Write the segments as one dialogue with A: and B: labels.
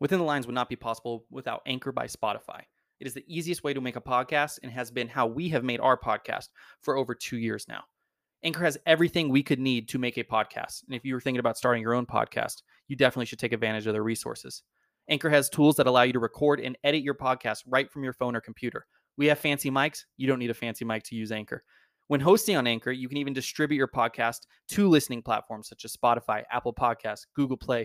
A: Within the Lines would not be possible without Anchor by Spotify. It is the easiest way to make a podcast and has been how we have made our podcast for over two years now. Anchor has everything we could need to make a podcast. And if you were thinking about starting your own podcast, you definitely should take advantage of their resources. Anchor has tools that allow you to record and edit your podcast right from your phone or computer. We have fancy mics. You don't need a fancy mic to use Anchor. When hosting on Anchor, you can even distribute your podcast to listening platforms such as Spotify, Apple Podcasts, Google Play,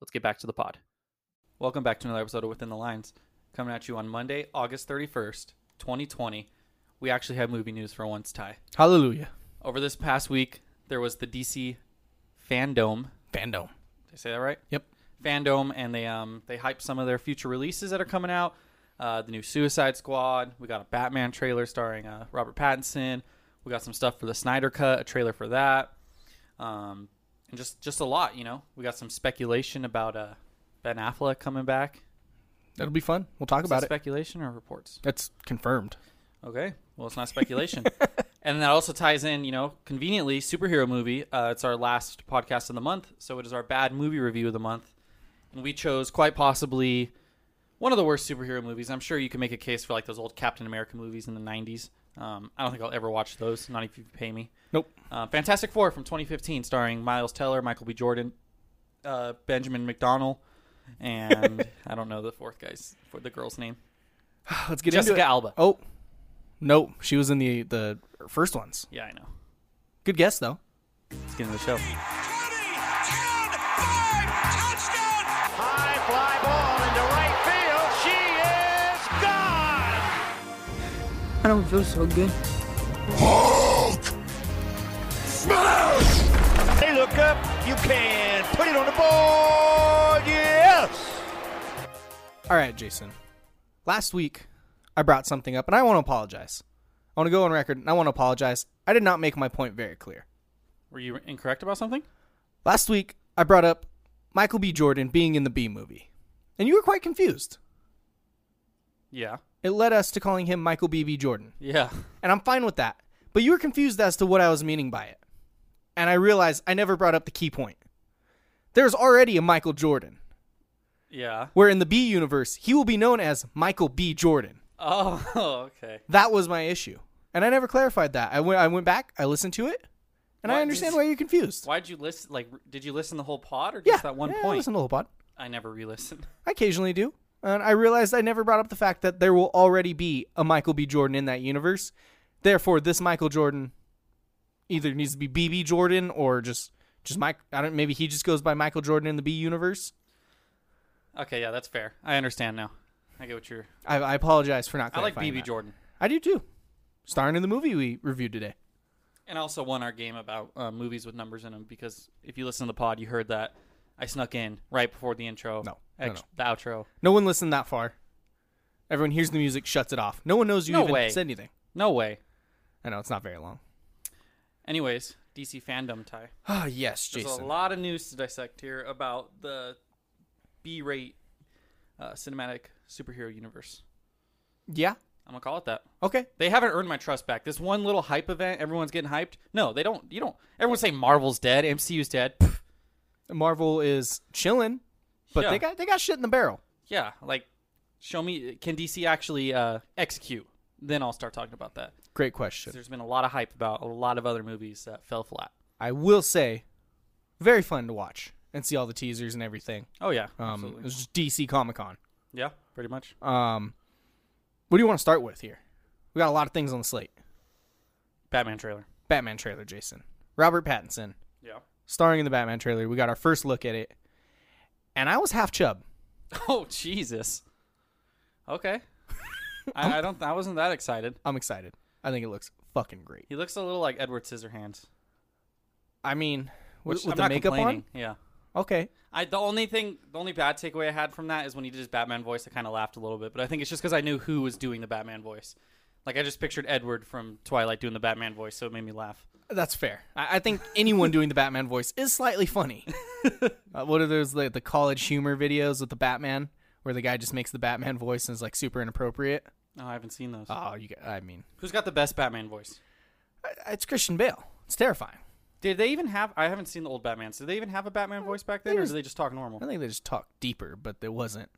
A: Let's get back to the pod. Welcome back to another episode of Within the Lines. Coming at you on Monday, August 31st, 2020. We actually have movie news for once, Ty.
B: Hallelujah.
A: Over this past week, there was the DC Fandom.
B: Fandom.
A: Did I say that right?
B: Yep.
A: Fandom, and they um they hyped some of their future releases that are coming out. Uh, the new Suicide Squad. We got a Batman trailer starring uh, Robert Pattinson. We got some stuff for the Snyder Cut, a trailer for that, um, and just just a lot. You know, we got some speculation about uh, Ben Affleck coming back.
B: That'll be fun. We'll talk
A: Is
B: about
A: that
B: it.
A: speculation or reports?
B: That's confirmed.
A: Okay. Well, it's not speculation. and that also ties in, you know, conveniently, superhero movie. Uh, it's our last podcast of the month, so it is our bad movie review of the month. And we chose quite possibly one of the worst superhero movies. I'm sure you can make a case for like those old Captain America movies in the 90s. Um, I don't think I'll ever watch those, not if you pay me.
B: Nope.
A: Uh, Fantastic Four from 2015, starring Miles Teller, Michael B. Jordan, uh, Benjamin McDonnell, and I don't know the fourth guy's, for the girl's name.
B: Let's get
A: Jessica
B: into it.
A: Alba.
B: Oh, nope. She was in the the first ones.
A: Yeah, I know.
B: Good guess though.
A: Let's get into the show.
C: 20, 10, 5, touchdown.
D: High fly ball into right field. She is gone.
E: I don't feel so good.
D: They look up. You can put it on the board. Yes.
B: All right, Jason. Last week, I brought something up, and I want to apologize. I want to go on record, and I want to apologize. I did not make my point very clear.
A: Were you incorrect about something?
B: Last week, I brought up Michael B. Jordan being in the B movie, and you were quite confused.
A: Yeah.
B: It led us to calling him Michael B. B. Jordan.
A: Yeah.
B: and I'm fine with that. But you were confused as to what I was meaning by it. And I realized I never brought up the key point. There's already a Michael Jordan,
A: Yeah.
B: where in the B universe, he will be known as Michael B. Jordan.
A: Oh, okay.
B: That was my issue. And I never clarified that. I went, I went back, I listened to it, and
A: Why
B: I
A: did-
B: understand why you're confused.
A: Why'd you listen? Like, r- did you listen the whole pod or
B: yeah,
A: just that one
B: yeah, I
A: point?
B: listen to the whole pod.
A: I never re-listened.
B: I occasionally do. And I realized I never brought up the fact that there will already be a Michael B. Jordan in that universe. Therefore, this Michael Jordan either needs to be BB Jordan or just just Mike. I don't. Maybe he just goes by Michael Jordan in the B universe.
A: Okay, yeah, that's fair. I understand now. I I get what you're.
B: I, I apologize for not.
A: I like
B: clarifying
A: BB
B: that.
A: Jordan,
B: I do too. Starring in the movie we reviewed today.
A: and I also won our game about uh, movies with numbers in them because if you listen to the pod, you heard that I snuck in right before the intro.
B: No, no,
A: ex-
B: no.
A: the outro.
B: No one listened that far. Everyone hears the music, shuts it off. No one knows you
A: No
B: even
A: way.
B: said anything.
A: No way.
B: I know it's not very long.
A: Anyways, DC fandom tie.
B: Ah, yes,
A: There's
B: Jason.
A: a lot of news to dissect here about the B-rate uh, cinematic superhero universe.
B: Yeah.
A: I'm gonna call it that.
B: Okay.
A: They haven't earned my trust back. This one little hype event, everyone's getting hyped. No, they don't. You don't. Everyone's saying Marvel's dead, MCU's dead. Pff,
B: Marvel is chilling, but
A: Yeah.
B: they got they got shit in the barrel.
A: yeah, like show me can DC actually uh, execute? Then I'll start talking about that.
B: Great
A: 'Cause
B: question.
A: There's been a lot of hype about a lot of other movies that fell flat.
B: I will say, very fun to watch and see all the teasers and everything.
A: Oh yeah,
B: Um,
A: absolutely.
B: it was just DC Comic Con.
A: Yeah, pretty much.
B: Um, what do you want to start with here? We got a lot of things on the slate.
A: Batman trailer.
B: Batman trailer, Jason. Robert Pattinson,
A: Yeah.
B: starring in the Batman trailer. We got our first look at it, and I was half chub.
A: Oh Jesus. Okay. I, I don't. I wasn't that excited.
B: I'm excited. I think it looks fucking great.
A: He looks a little like Edward Scissorhands.
B: I mean, with,
A: which
B: with
A: I'm
B: the
A: not
B: makeup on,
A: complaining. Yeah.
B: okay.
A: I the only thing, the only bad takeaway I had from that is when he did his Batman voice, I kind of laughed a little bit. But I think it's just because I knew who was doing the Batman voice. Like I just pictured Edward from Twilight doing the Batman voice, so it made me laugh.
B: That's fair. I, I think anyone doing the Batman voice is slightly funny. uh, what are those like the college humor videos with the Batman, where the guy just makes the Batman voice and is like super inappropriate?
A: Oh, I haven't seen those.
B: Oh, you. g- I mean,
A: Who's got the best Batman voice?
B: I- it's Christian Bale. It's terrifying.
A: Did they even have? I haven't seen the old Batman. Did they even have a Batman
B: Uh,
A: voice back then, or do they just talk normal?
B: I think they just talk deeper, but there wasn't.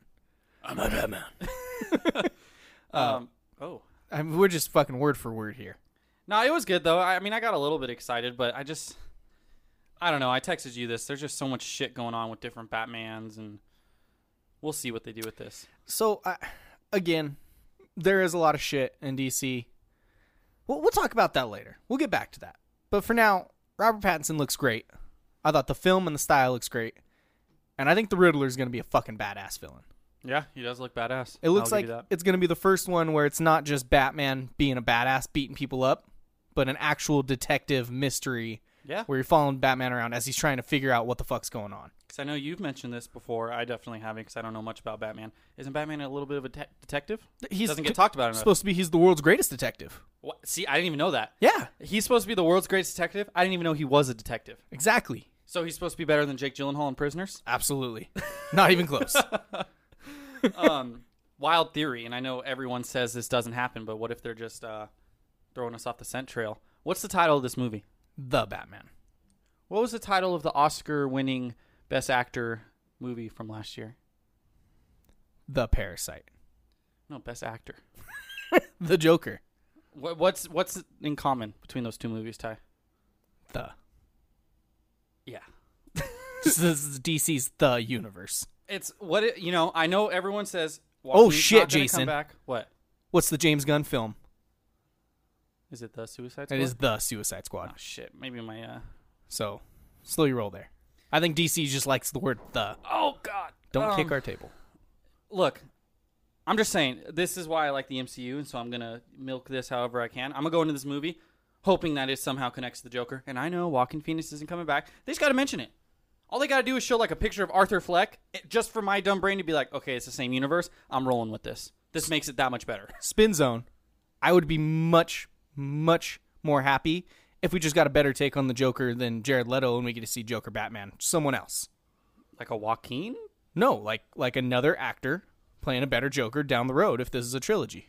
B: Uh,
A: Um, oh,
B: I mean, we're just fucking word for word here.
A: No, it was good though. I I mean, I got a little bit excited, but I just, I don't know. I texted you this. There's just so much shit going on with different Batmans, and we'll see what they do with this.
B: So, I again, there is a lot of shit in DC. We'll, we'll talk about that later. We'll get back to that. But for now, Robert Pattinson looks great. I thought the film and the style looks great, and I think the Riddler is going to be a fucking badass villain.
A: Yeah, he does look badass.
B: It looks
A: I'll
B: like
A: give you that.
B: it's going to be the first one where it's not just Batman being a badass beating people up, but an actual detective mystery
A: yeah.
B: where you're following Batman around as he's trying to figure out what the fuck's going on.
A: Because I know you've mentioned this before. I definitely haven't because I don't know much about Batman. Isn't Batman a little bit of a te- detective?
B: He's
A: doesn't get talked about enough.
B: Supposed to be he's the world's greatest detective.
A: What? See, I didn't even know that.
B: Yeah,
A: He's supposed to be the world's greatest detective. I didn't even know he was a detective.
B: exactly.
A: So he's supposed to be better than Jake Gyllenhaal in Prisoners.
B: Absolutely. Not even close.
A: wild theory, and I know everyone says this doesn't happen, but what if they're just uh, throwing us off the scent trail? What's the title of this movie?
B: the Batman.
A: What was the title of the Oscar-winning Best Actor movie from last year?
B: The Parasite.
A: No, Best Actor.
B: The Joker.
A: What, what's what's in common between those two movies, Ty?
B: The.
A: Yeah,
B: this is DC's The Universe.
A: it's what it, you know. I know everyone says.
B: Oh,
A: Joaquin's not
B: shit,
A: gonna come
B: Jason.
A: back. What
B: What's the James Gunn film?
A: is it? The Suicide Squad.
B: It is The Suicide Squad.
A: Oh shit! Maybe my. uh
B: So, slow your roll there. I think DC just likes the word the.
A: Oh god!
B: Don't
A: Um,
B: kick our table.
A: look, I'm just saying this is why I like the MCU, and so I'm gonna milk this however I can. I'm gonna go into this movie hoping that it somehow connects to the Joker. And I know Walking Phoenix isn't coming back. They just gotta mention it. All they gotta do is show like a picture of Arthur Fleck, it, just for my dumb brain to be like, okay, it's the same universe. I'm rolling with this. This makes it that much better.
B: Spin Zone. I would be much, much more happy if we just got a better take on the Joker than Jared Leto and we get to see Joker Batman. Someone else.
A: Like a Joaquin?
B: No, like like another actor playing a better Joker down the road if this is a trilogy.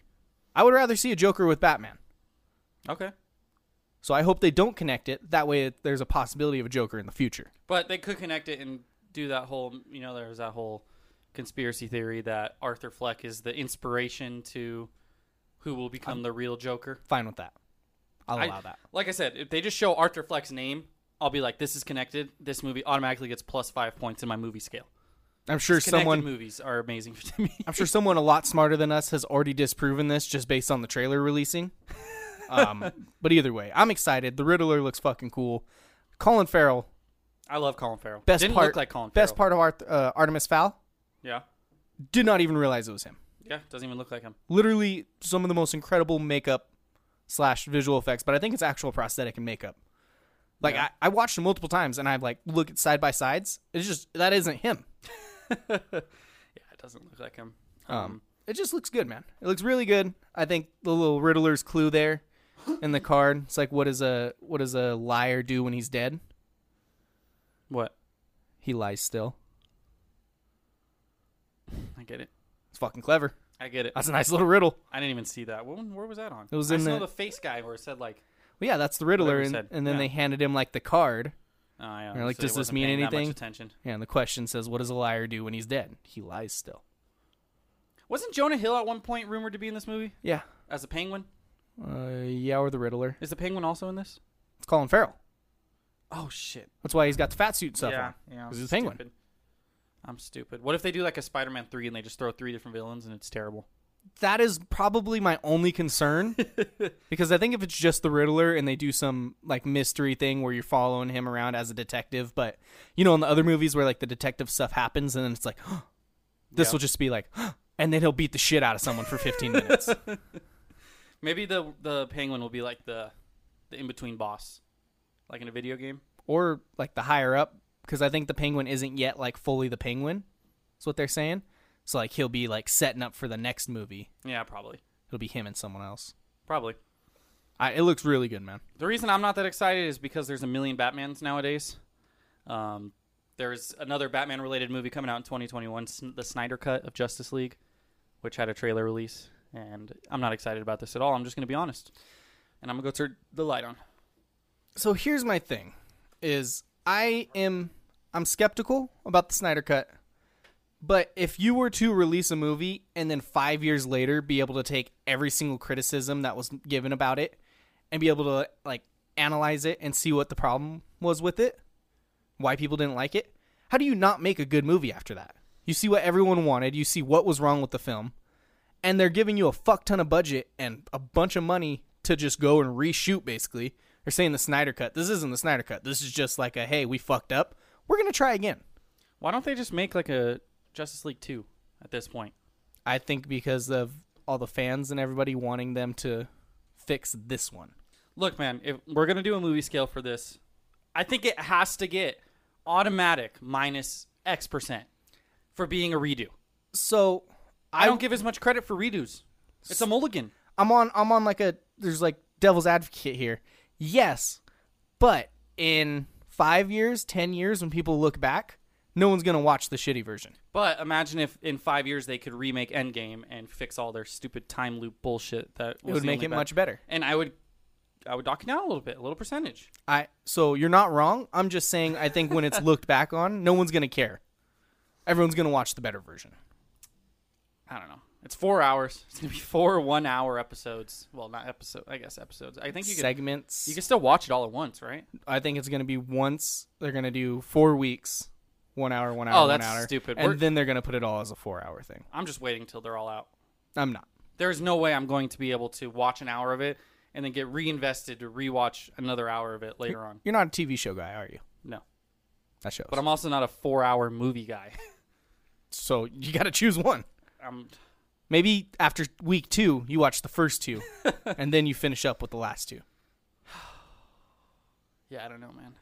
B: I would rather see a Joker with Batman.
A: Okay.
B: So I hope they don't connect it. That way it- there's a possibility of a Joker in the future.
A: But they could connect it and do that whole, you know, there's that whole conspiracy theory that Arthur Fleck is the inspiration to who will become the real Joker.
B: Fine with that. I'll
A: I-
B: allow that.
A: Like I said, if they just show Arthur Fleck's name, I'll be like, this is connected. This movie automatically gets plus five points in my movie scale.
B: I'm sure
A: Connected
B: someone
A: movies are amazing to me.
B: I'm sure someone a lot smarter than us has already disproven this just based on the trailer releasing. Um, but either way, I'm excited. The Riddler looks fucking cool. Colin Farrell,
A: I love Colin Farrell.
B: best
A: Didn't
B: part
A: look like Colin.
B: best
A: Farrell.
B: part of Arth- uh, Artemis Fowl.
A: Yeah.
B: Did not even realize it was him.
A: Yeah, doesn't even look like him.
B: Literally some of the most incredible makeup slash visual effects, but I think it's actual prosthetic and makeup. Like
A: Yeah.
B: I, I watched him multiple times and I've like look at side by sides. It's just that isn't him.
A: Yeah, it doesn't look like him.
B: Um, it just looks good, man. It looks really good. I think the little Riddler's clue there in the card. It's like what does a what does a liar do when he's dead?
A: What?
B: He lies still.
A: I get it.
B: It's fucking clever.
A: I get it.
B: That's a nice little riddle.
A: I didn't even see that. What one- where was that on?
B: It was
A: I
B: in
A: saw
B: the-
A: the face guy where it said like,
B: Well, yeah, that's the Riddler,
A: Whatever he
B: and,
A: said.
B: and then
A: Yeah.
B: they handed him like the card,
A: oh, yeah,
B: Or, like,
A: so he
B: does this
A: wasn't
B: mean
A: paying that much
B: anything?
A: attention.
B: and the question says, "What does a liar do when he's dead? He lies still."
A: Wasn't Jonah Hill at one point rumored to be in this movie
B: Yeah,
A: as a penguin?
B: uh, yeah, or the Riddler.
A: Is the penguin also in this?
B: It's Colin Farrell.
A: Oh shit!
B: That's why he's got the fat suit and stuff
A: yeah,
B: on.
A: yeah. I'm
B: 'cause he's a penguin.
A: stupid. I'm stupid. What if they do like a Spider-Man three and they just throw three different villains and it's terrible?
B: That is probably my only concern because I think if it's just the Riddler and they do some like mystery thing where you're following him around as a detective, but you know, in the other movies where like the detective stuff happens and then it's like, this
A: Yeah.
B: will just be like, and then he'll beat the shit out of someone for 15 minutes.
A: Maybe the the penguin will be like the the in between boss, like in a video game.
B: or like the higher up because I think the penguin isn't yet like fully the penguin. That's what they're saying. So like he'll be like setting up for the next movie.
A: Yeah, probably,
B: It'll be him and someone else.
A: probably.
B: I, it looks really good, man.
A: The reason I'm not that excited is because there's a million Batmans nowadays. Um, there's another Batman related movie coming out in 2021, Sn- the Snyder Cut of Justice League, which had a trailer release. And I'm not excited about this at all. I'm just going to be honest. And I'm going to go turn the light on.
B: So here's my thing: is I am I'm skeptical about the Snyder Cut, but if you were to release a movie and then five years later be able to take every single criticism that was given about it and be able to like analyze it and see what the problem was with it, why people didn't like it. How do you not make a good movie after that? You see what everyone wanted, you see what was wrong with the film, and they're giving you a fuck ton of budget and a bunch of money to just go and reshoot basically. They're saying the Snyder cut. This isn't the Snyder cut. This is just like a hey, we fucked up. We're going to try again.
A: Why don't they just make like a Justice League 2 at this point?
B: I think because of all the fans and everybody wanting them to fix this one.
A: Look, man, if we're going to do a movie scale for this, I think it has to get automatic minus X percent for being a redo.
B: So
A: I don't give as much credit for redos. It's a mulligan.
B: I'm on I'm on like a there's like devil's advocate here. Yes, but in five years, ten years, when people look back, no one's gonna watch the shitty version.
A: But imagine if in five years they could remake Endgame and fix all their stupid time loop bullshit. That was
B: would
A: the
B: make
A: only
B: it
A: bad-
B: much better.
A: And I would, I would knock it down a little bit, a little percentage.
B: I so you're not wrong. I'm just saying I think when it's looked back on, no one's gonna care. Everyone's gonna watch the better version.
A: I don't know. It's four hours. It's gonna be four one-hour episodes. Well, not episode. I guess episodes. I think you could,
B: Segments.
A: you can still watch it all at once, right?
B: I think it's gonna be once they're gonna do four weeks, one hour, one hour,
A: Oh,
B: one
A: that's
B: hour,
A: stupid.
B: and
A: We're-
B: then they're gonna put it all as a four-hour thing.
A: I'm just waiting till they're all out.
B: I'm not.
A: There's no way I'm going to be able to watch an hour of it and then get reinvested to rewatch another hour of it later on.
B: You're not a TV show guy, are you?
A: No,
B: That shows.
A: but I'm also not a four-hour movie guy.
B: so you gotta choose one.
A: I'm
B: Maybe after week two, you watch the first two, and then you finish up with the last two.
A: Yeah, I don't know, man.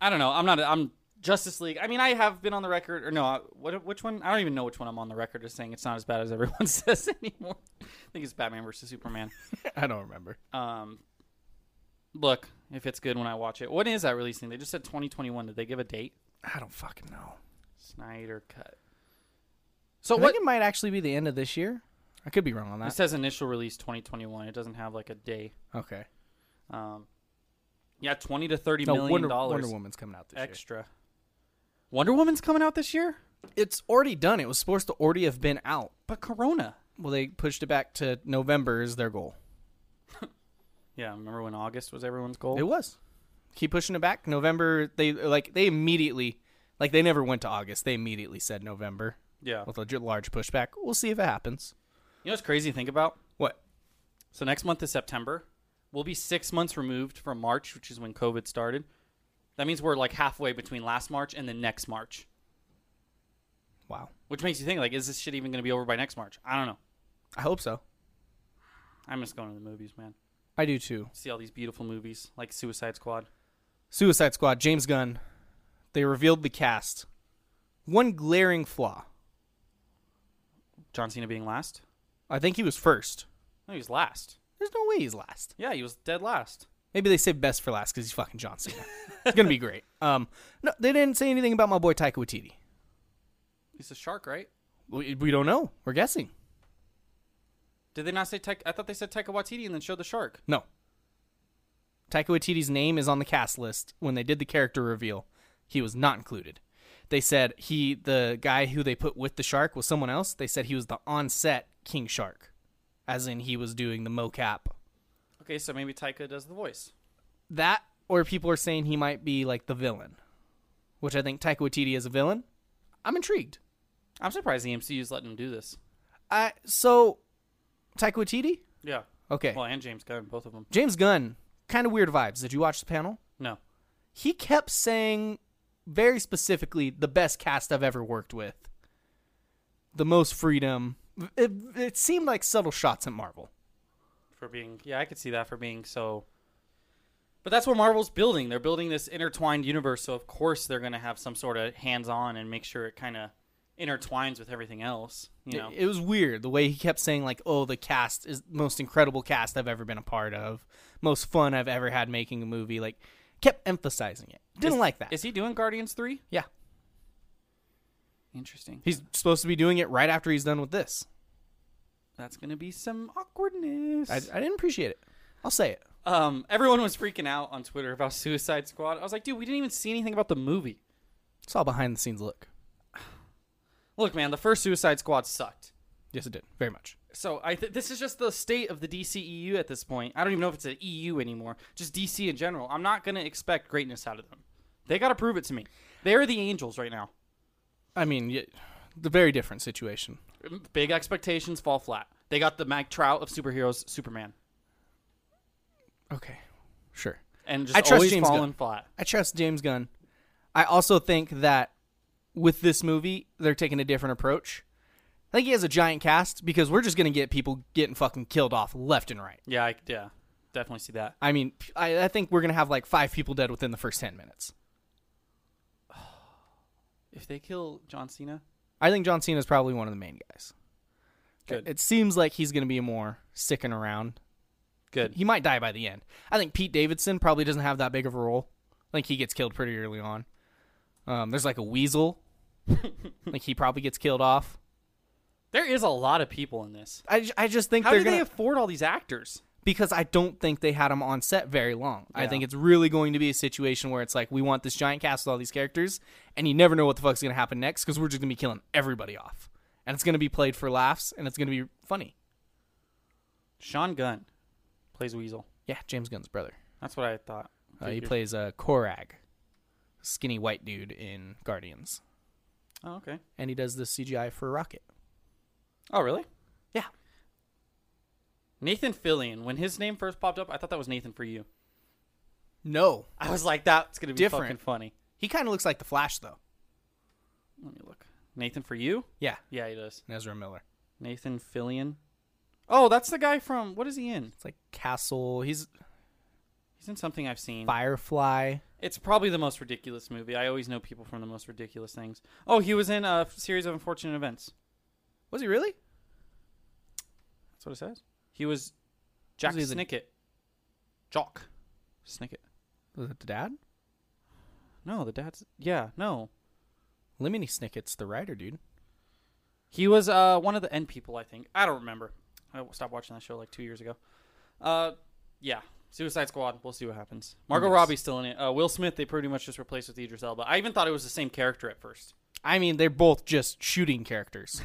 A: I don't know. I'm not. I'm Justice League. I mean, I have been on the record, or no? I- What? Which one? I don't even know which one I'm on the record as saying it's not as bad as everyone says anymore. I think it's Batman versus Superman.
B: I don't remember.
A: Um, look, if it's good when I watch it. When is that releasing? They just said 2021. Did they give a date?
B: I don't fucking know.
A: Snyder cut.
B: So
A: what-
B: it might actually be the end of this year. I could be wrong on
A: It
B: that.
A: says initial release 2021. It doesn't have like a day.
B: Okay.
A: Um, yeah, 20 to 30
B: No,
A: million
B: Wonder,
A: dollars
B: Wonder Woman's coming out this
A: extra. Wonder Woman's coming out this year,
B: year. It's already done. It was supposed to already have been out.
A: but Corona.
B: Well, they pushed it back to November is their goal.
A: Yeah, remember when August was everyone's goal?
B: It was. Keep pushing it back. November. They like they immediately like they never went to August. They immediately said November
A: yeah.
B: with a large pushback. We'll see if it happens.
A: You know what's crazy to think about?
B: What?
A: So next month is September. We'll be six months removed from March, which is when COVID started. That means we're like halfway between last March and the next March.
B: Wow.
A: Which makes you think like, is this shit even going to be over by next March? I don't know.
B: I hope so.
A: I'm just going to the movies, man.
B: I do too.
A: See all these beautiful movies like Suicide Squad.
B: Suicide Squad, James Gunn. They revealed the cast. One glaring flaw.
A: John Cena being last.
B: I think he was first.
A: No, he was last.
B: There's no way he's last.
A: Yeah, he was dead last.
B: Maybe they saved best for last because he's fucking John Cena. it's gonna be great. Um, no, they didn't say anything about my boy Taika Waititi.
A: He's a shark, right?
B: We, we don't know. We're guessing.
A: Did they not say Taika? I thought they said Taika Waititi and then showed the shark.
B: No. Taika Waititi's name is on the cast list. When they did the character reveal, he was not included. They said he, the guy who they put with the shark, was someone else. They said he was the on-set King Shark, as in he was doing the mocap.
A: Okay, so maybe Taika does the voice.
B: That, or people are saying he might be like the villain, which I think Taika Waititi is a villain. I'm intrigued.
A: I'm surprised the MCU's letting him do this.
B: I so Taika Waititi.
A: Yeah.
B: Okay.
A: Well, and James Gunn, both of them.
B: James Gunn, kind of weird vibes. Did you watch the panel?
A: No.
B: He kept saying very specifically the best cast I've ever worked with, the most freedom. It, it seemed like subtle shots at Marvel.
A: for being yeah i could see that for being so but that's what marvel's building they're building this intertwined universe so of course they're going to have some sort of hands-on and make sure it kind of intertwines with everything else you know
B: It, it was weird the way he kept saying like, "Oh, the cast is most incredible cast I've ever been a part of, most fun I've ever had making a movie." Like, kept emphasizing it. Didn't like that.
A: is he doing guardians 3
B: yeah,
A: interesting
B: he's supposed to be doing it right after he's done with this.
A: that's going to be some awkwardness
B: I, I didn't appreciate it. I'll say it.
A: um everyone was freaking out on twitter about suicide squad i was like dude we didn't even see anything about the movie
B: It's all behind the scenes look.
A: look man the first suicide squad sucked
B: Yes, it did very much.
A: so I th- this is just the state of the DCEU at this point. I don't even know if it's an EU anymore, just DC in general. I'm not going to expect greatness out of them. They got to prove it to me. They're the angels right now.
B: I mean, y the very different situation.
A: Big expectations fall flat. They got the Mike Trout of superheroes, Superman,
B: Okay, sure.
A: and just
B: I trust
A: always
B: James
A: falling
B: Gunn.
A: flat.
B: I trust James Gunn. I also think that with this movie, they're taking a different approach. I think he has a giant cast because we're just gonna get people getting fucking killed off left and right.
A: Yeah, I, yeah, definitely see that.
B: I mean, p- I, I think we're gonna have like five people dead within the first ten minutes.
A: If they kill John Cena,
B: I think John Cena is probably one of the main guys.
A: Good.
B: It seems like he's gonna be more sticking around.
A: good.
B: He might die by the end. I think Pete Davidson probably doesn't have that big of a role. I think he gets killed pretty early on. Um, there's like a weasel. like he probably gets killed off.
A: there is a lot of people in this.
B: I, ju- I just think
A: How
B: they're
A: do
B: gonna
A: they afford all these actors?
B: because I don't think they had him on set very long. I
A: Yeah.
B: think it's really going to be a situation where it's like we want this giant cast with all these characters, and you never know what the fuck's gonna happen next because we're just gonna be killing everybody off, and it's gonna be played for laughs and it's gonna be funny.
A: Sean Gunn plays Weasel.
B: Yeah, James Gunn's brother.
A: That's what I thought.
B: Uh, he
A: Figured.
B: plays uh, Korag, skinny white dude in Guardians,
A: Oh, okay.
B: and he does the CGI for Rocket.
A: Oh, really?
B: Yeah.
A: Nathan Fillion. When his name first popped up, I thought that was Nathan for you.
B: No,
A: I was like, that's gonna be
B: Different.
A: fucking funny.
B: he kind of looks like the Flash though.
A: Let me look. Nathan for you?
B: Yeah,
A: Yeah, he does.
B: Ezra Miller.
A: Nathan Fillion. Oh, that's the guy from what is he in?
B: It's like Castle. He's
A: He's in something I've seen.
B: Firefly.
A: It's probably the most ridiculous movie. I always know people from the most ridiculous things. Oh, he was in a series of unfortunate events.
B: Was he really?
A: That's what it says. He was Jack
B: Was he the-
A: Snicket. Jock. Snicket.
B: Was it the dad?
A: No, the dad's yeah, no.
B: Lemony Snicket's the writer, dude.
A: He was uh, one of the end people, I think. I don't remember. I stopped watching that show like two years ago. Uh, yeah, Suicide Squad. We'll see what happens. Margot
B: Yes.
A: Robbie's still in it. Uh, Will Smith they pretty much just replaced with Idris Elba. I even thought it was the same character at first.
B: I mean, they're both just shooting characters.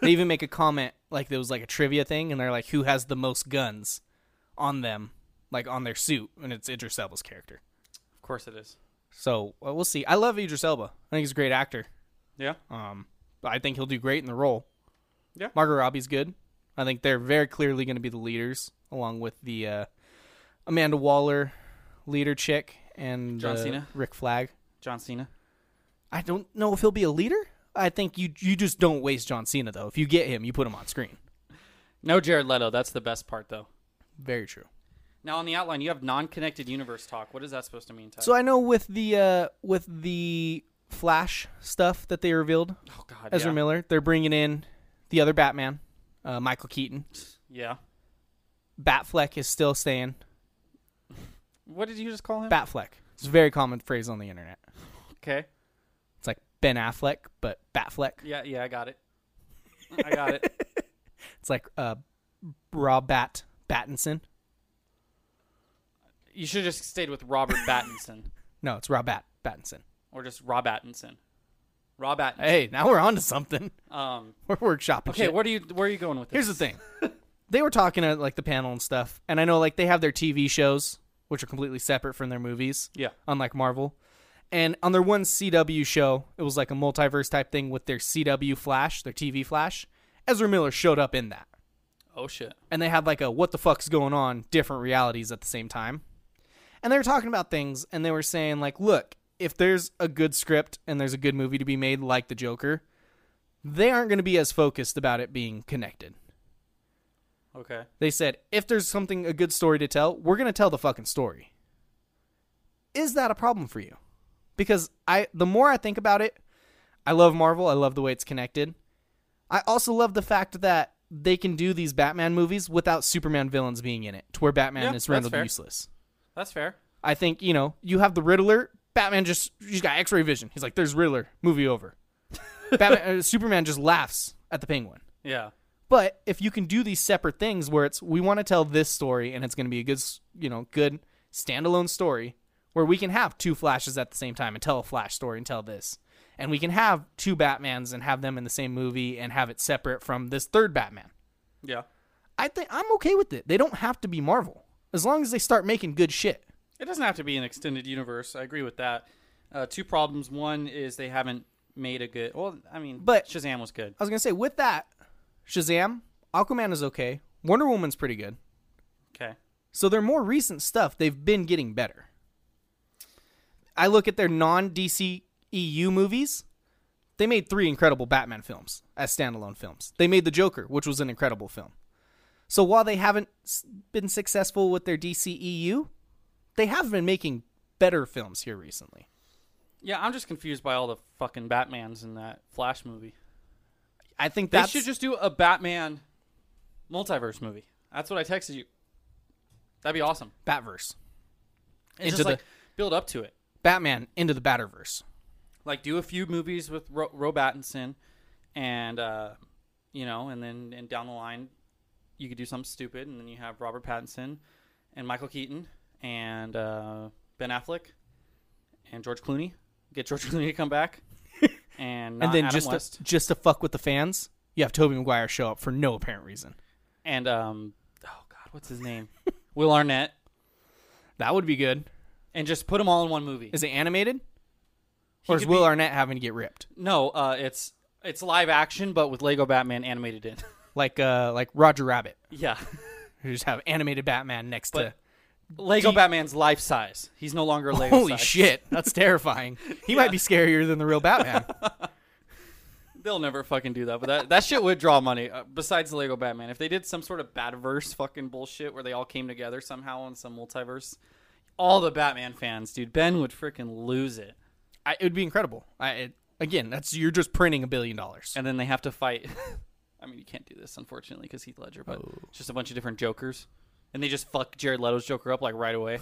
B: they even make a comment like there was like a trivia thing, and they're like, "Who has the most guns on them, like on their suit?" And it's Idris Elba's character.
A: Of course it is.
B: So well, we'll see. I love Idris Elba. I think he's a great actor.
A: Yeah,
B: Um, but I think he'll do great in the role.
A: Yeah.
B: Margot Robbie's good. I think they're very clearly going to be the leaders, along with the uh, Amanda Waller leader chick and
A: John
B: uh,
A: Cena.
B: Rick Flag.
A: John Cena.
B: I don't know if he'll be a leader. I think you you just don't waste John Cena though. If you get him, you put him on screen.
A: No Jared Leto. That's the best part, though.
B: Very true.
A: Now, on the outline, you have non connected universe talk. What is that supposed to mean, Ty?
B: So I know with the uh, with the Flash stuff that they revealed,
A: oh, God.
B: Ezra
A: yeah.
B: Miller, they're bringing in the other Batman, uh, Michael Keaton.
A: Yeah.
B: Batfleck is still staying.
A: What did you just call him?
B: Batfleck. It's a very common phrase on the internet.
A: okay.
B: It's like Ben Affleck, but Batfleck.
A: Yeah, yeah, I got it. I got it.
B: It's like uh, Rob Bat Battinson.
A: You should have just stayed with Robert Battinson
B: No, it's Rob Bat Battinson.
A: or just Rob Attinson. Rob Attinson.
B: Hey, now we're on to something.
A: Um,
B: We're workshopping.
A: okay,
B: shit.
A: what are you? Where are you going with this?
B: Here's the thing. they were talking at like the panel and stuff, and I know like they have their TV shows, which are completely separate from their movies.
A: Yeah.
B: Unlike Marvel. And on their one CW show, it was like a multiverse type thing with their CW Flash, their TV Flash. Ezra Miller showed up in that.
A: Oh shit.
B: and they had like a what the fuck's going on different realities at the same time and they were talking about things and they were saying like look if there's a good script and there's a good movie to be made like the joker they aren't going to be as focused about it being connected
A: Okay.
B: they said if there's something a good story to tell we're going to tell the fucking story is that a problem for you because i the more i think about it i love marvel i love the way it's connected i also love the fact that they can do these batman movies without superman villains being in it to where batman
A: Yeah,
B: is
A: that's
B: rendered
A: fair.
B: useless
A: That's fair.
B: i think you know you have the riddler batman just he's got x-ray vision he's like there's riddler movie over batman, uh, superman just laughs at the penguin
A: Yeah.
B: but if you can do these separate things where it's we want to tell this story and it's going to be a good, s- you know, good standalone story where we can have two flashes at the same time and tell a flash story and tell this. And we can have two Batmans and have them in the same movie and have it separate from this third Batman.
A: Yeah.
B: I think I'm okay with it. They don't have to be Marvel as long as they start making good shit.
A: It doesn't have to be an extended universe. I agree with that. Uh, two problems. One is they haven't made a good. Well, I mean,
B: But-
A: Shazam was good.
B: I was going to say with that, Shazam, Aquaman is okay. Wonder Woman's pretty good.
A: Okay.
B: So their more recent stuff, they've been getting better. I look at their non DC EU movies. They made three incredible Batman films as standalone films. They made The Joker, which was an incredible film. So while they haven't s- been successful with their DC EU, they have been making better films here recently.
A: Yeah, I'm just confused by all the fucking Batmans in that Flash movie.
B: I think
A: They
B: that's
A: should just do a Batman multiverse movie. That's what I texted you. That'd be awesome.
B: Batverse.
A: It's
B: Into
A: just
B: the-
A: like build up to it.
B: Batman into the Batterverse.
A: Like do a few movies with Ro- Robatinson, and uh, you know, and then and down the line, you could do something stupid, and then you have Robert Pattinson, and Michael Keaton, and uh, Ben Affleck, and George Clooney. Get George Clooney to come back, and not
B: and then
A: Adam
B: just
A: West.
B: to, just to fuck with the fans, you have Toby Maguire show up for no apparent reason.
A: and um, oh god, what's his name? Will Arnett,
B: That would be good.
A: and just put them all in one movie.
B: Is it animated? or is
A: could
B: Will
A: be-
B: Arnett having to get ripped?
A: No, uh, it's it's live action, but with Lego Batman animated in.
B: Like uh like Roger Rabbit,
A: yeah,
B: who just have animated Batman next
A: But- Lego Batman's life size. He's no longer
B: to
A: Lego.
B: Holy
A: size.
B: shit, that's terrifying. He might be scarier than the real Batman.
A: They'll never fucking do that. But that that shit would draw money. Uh, besides Lego Batman, if they did some sort of Batverse fucking bullshit where they all came together somehow in some multiverse, all the Batman fans, dude, Ben would freaking lose it.
B: I, it would be incredible. I it, again, that's you're just printing a billion dollars.
A: And then they have to fight. I mean, you can't do this unfortunately because Heath Ledger, but it's just a bunch of different Jokers, and they just fuck Jared Leto's Joker up like right away.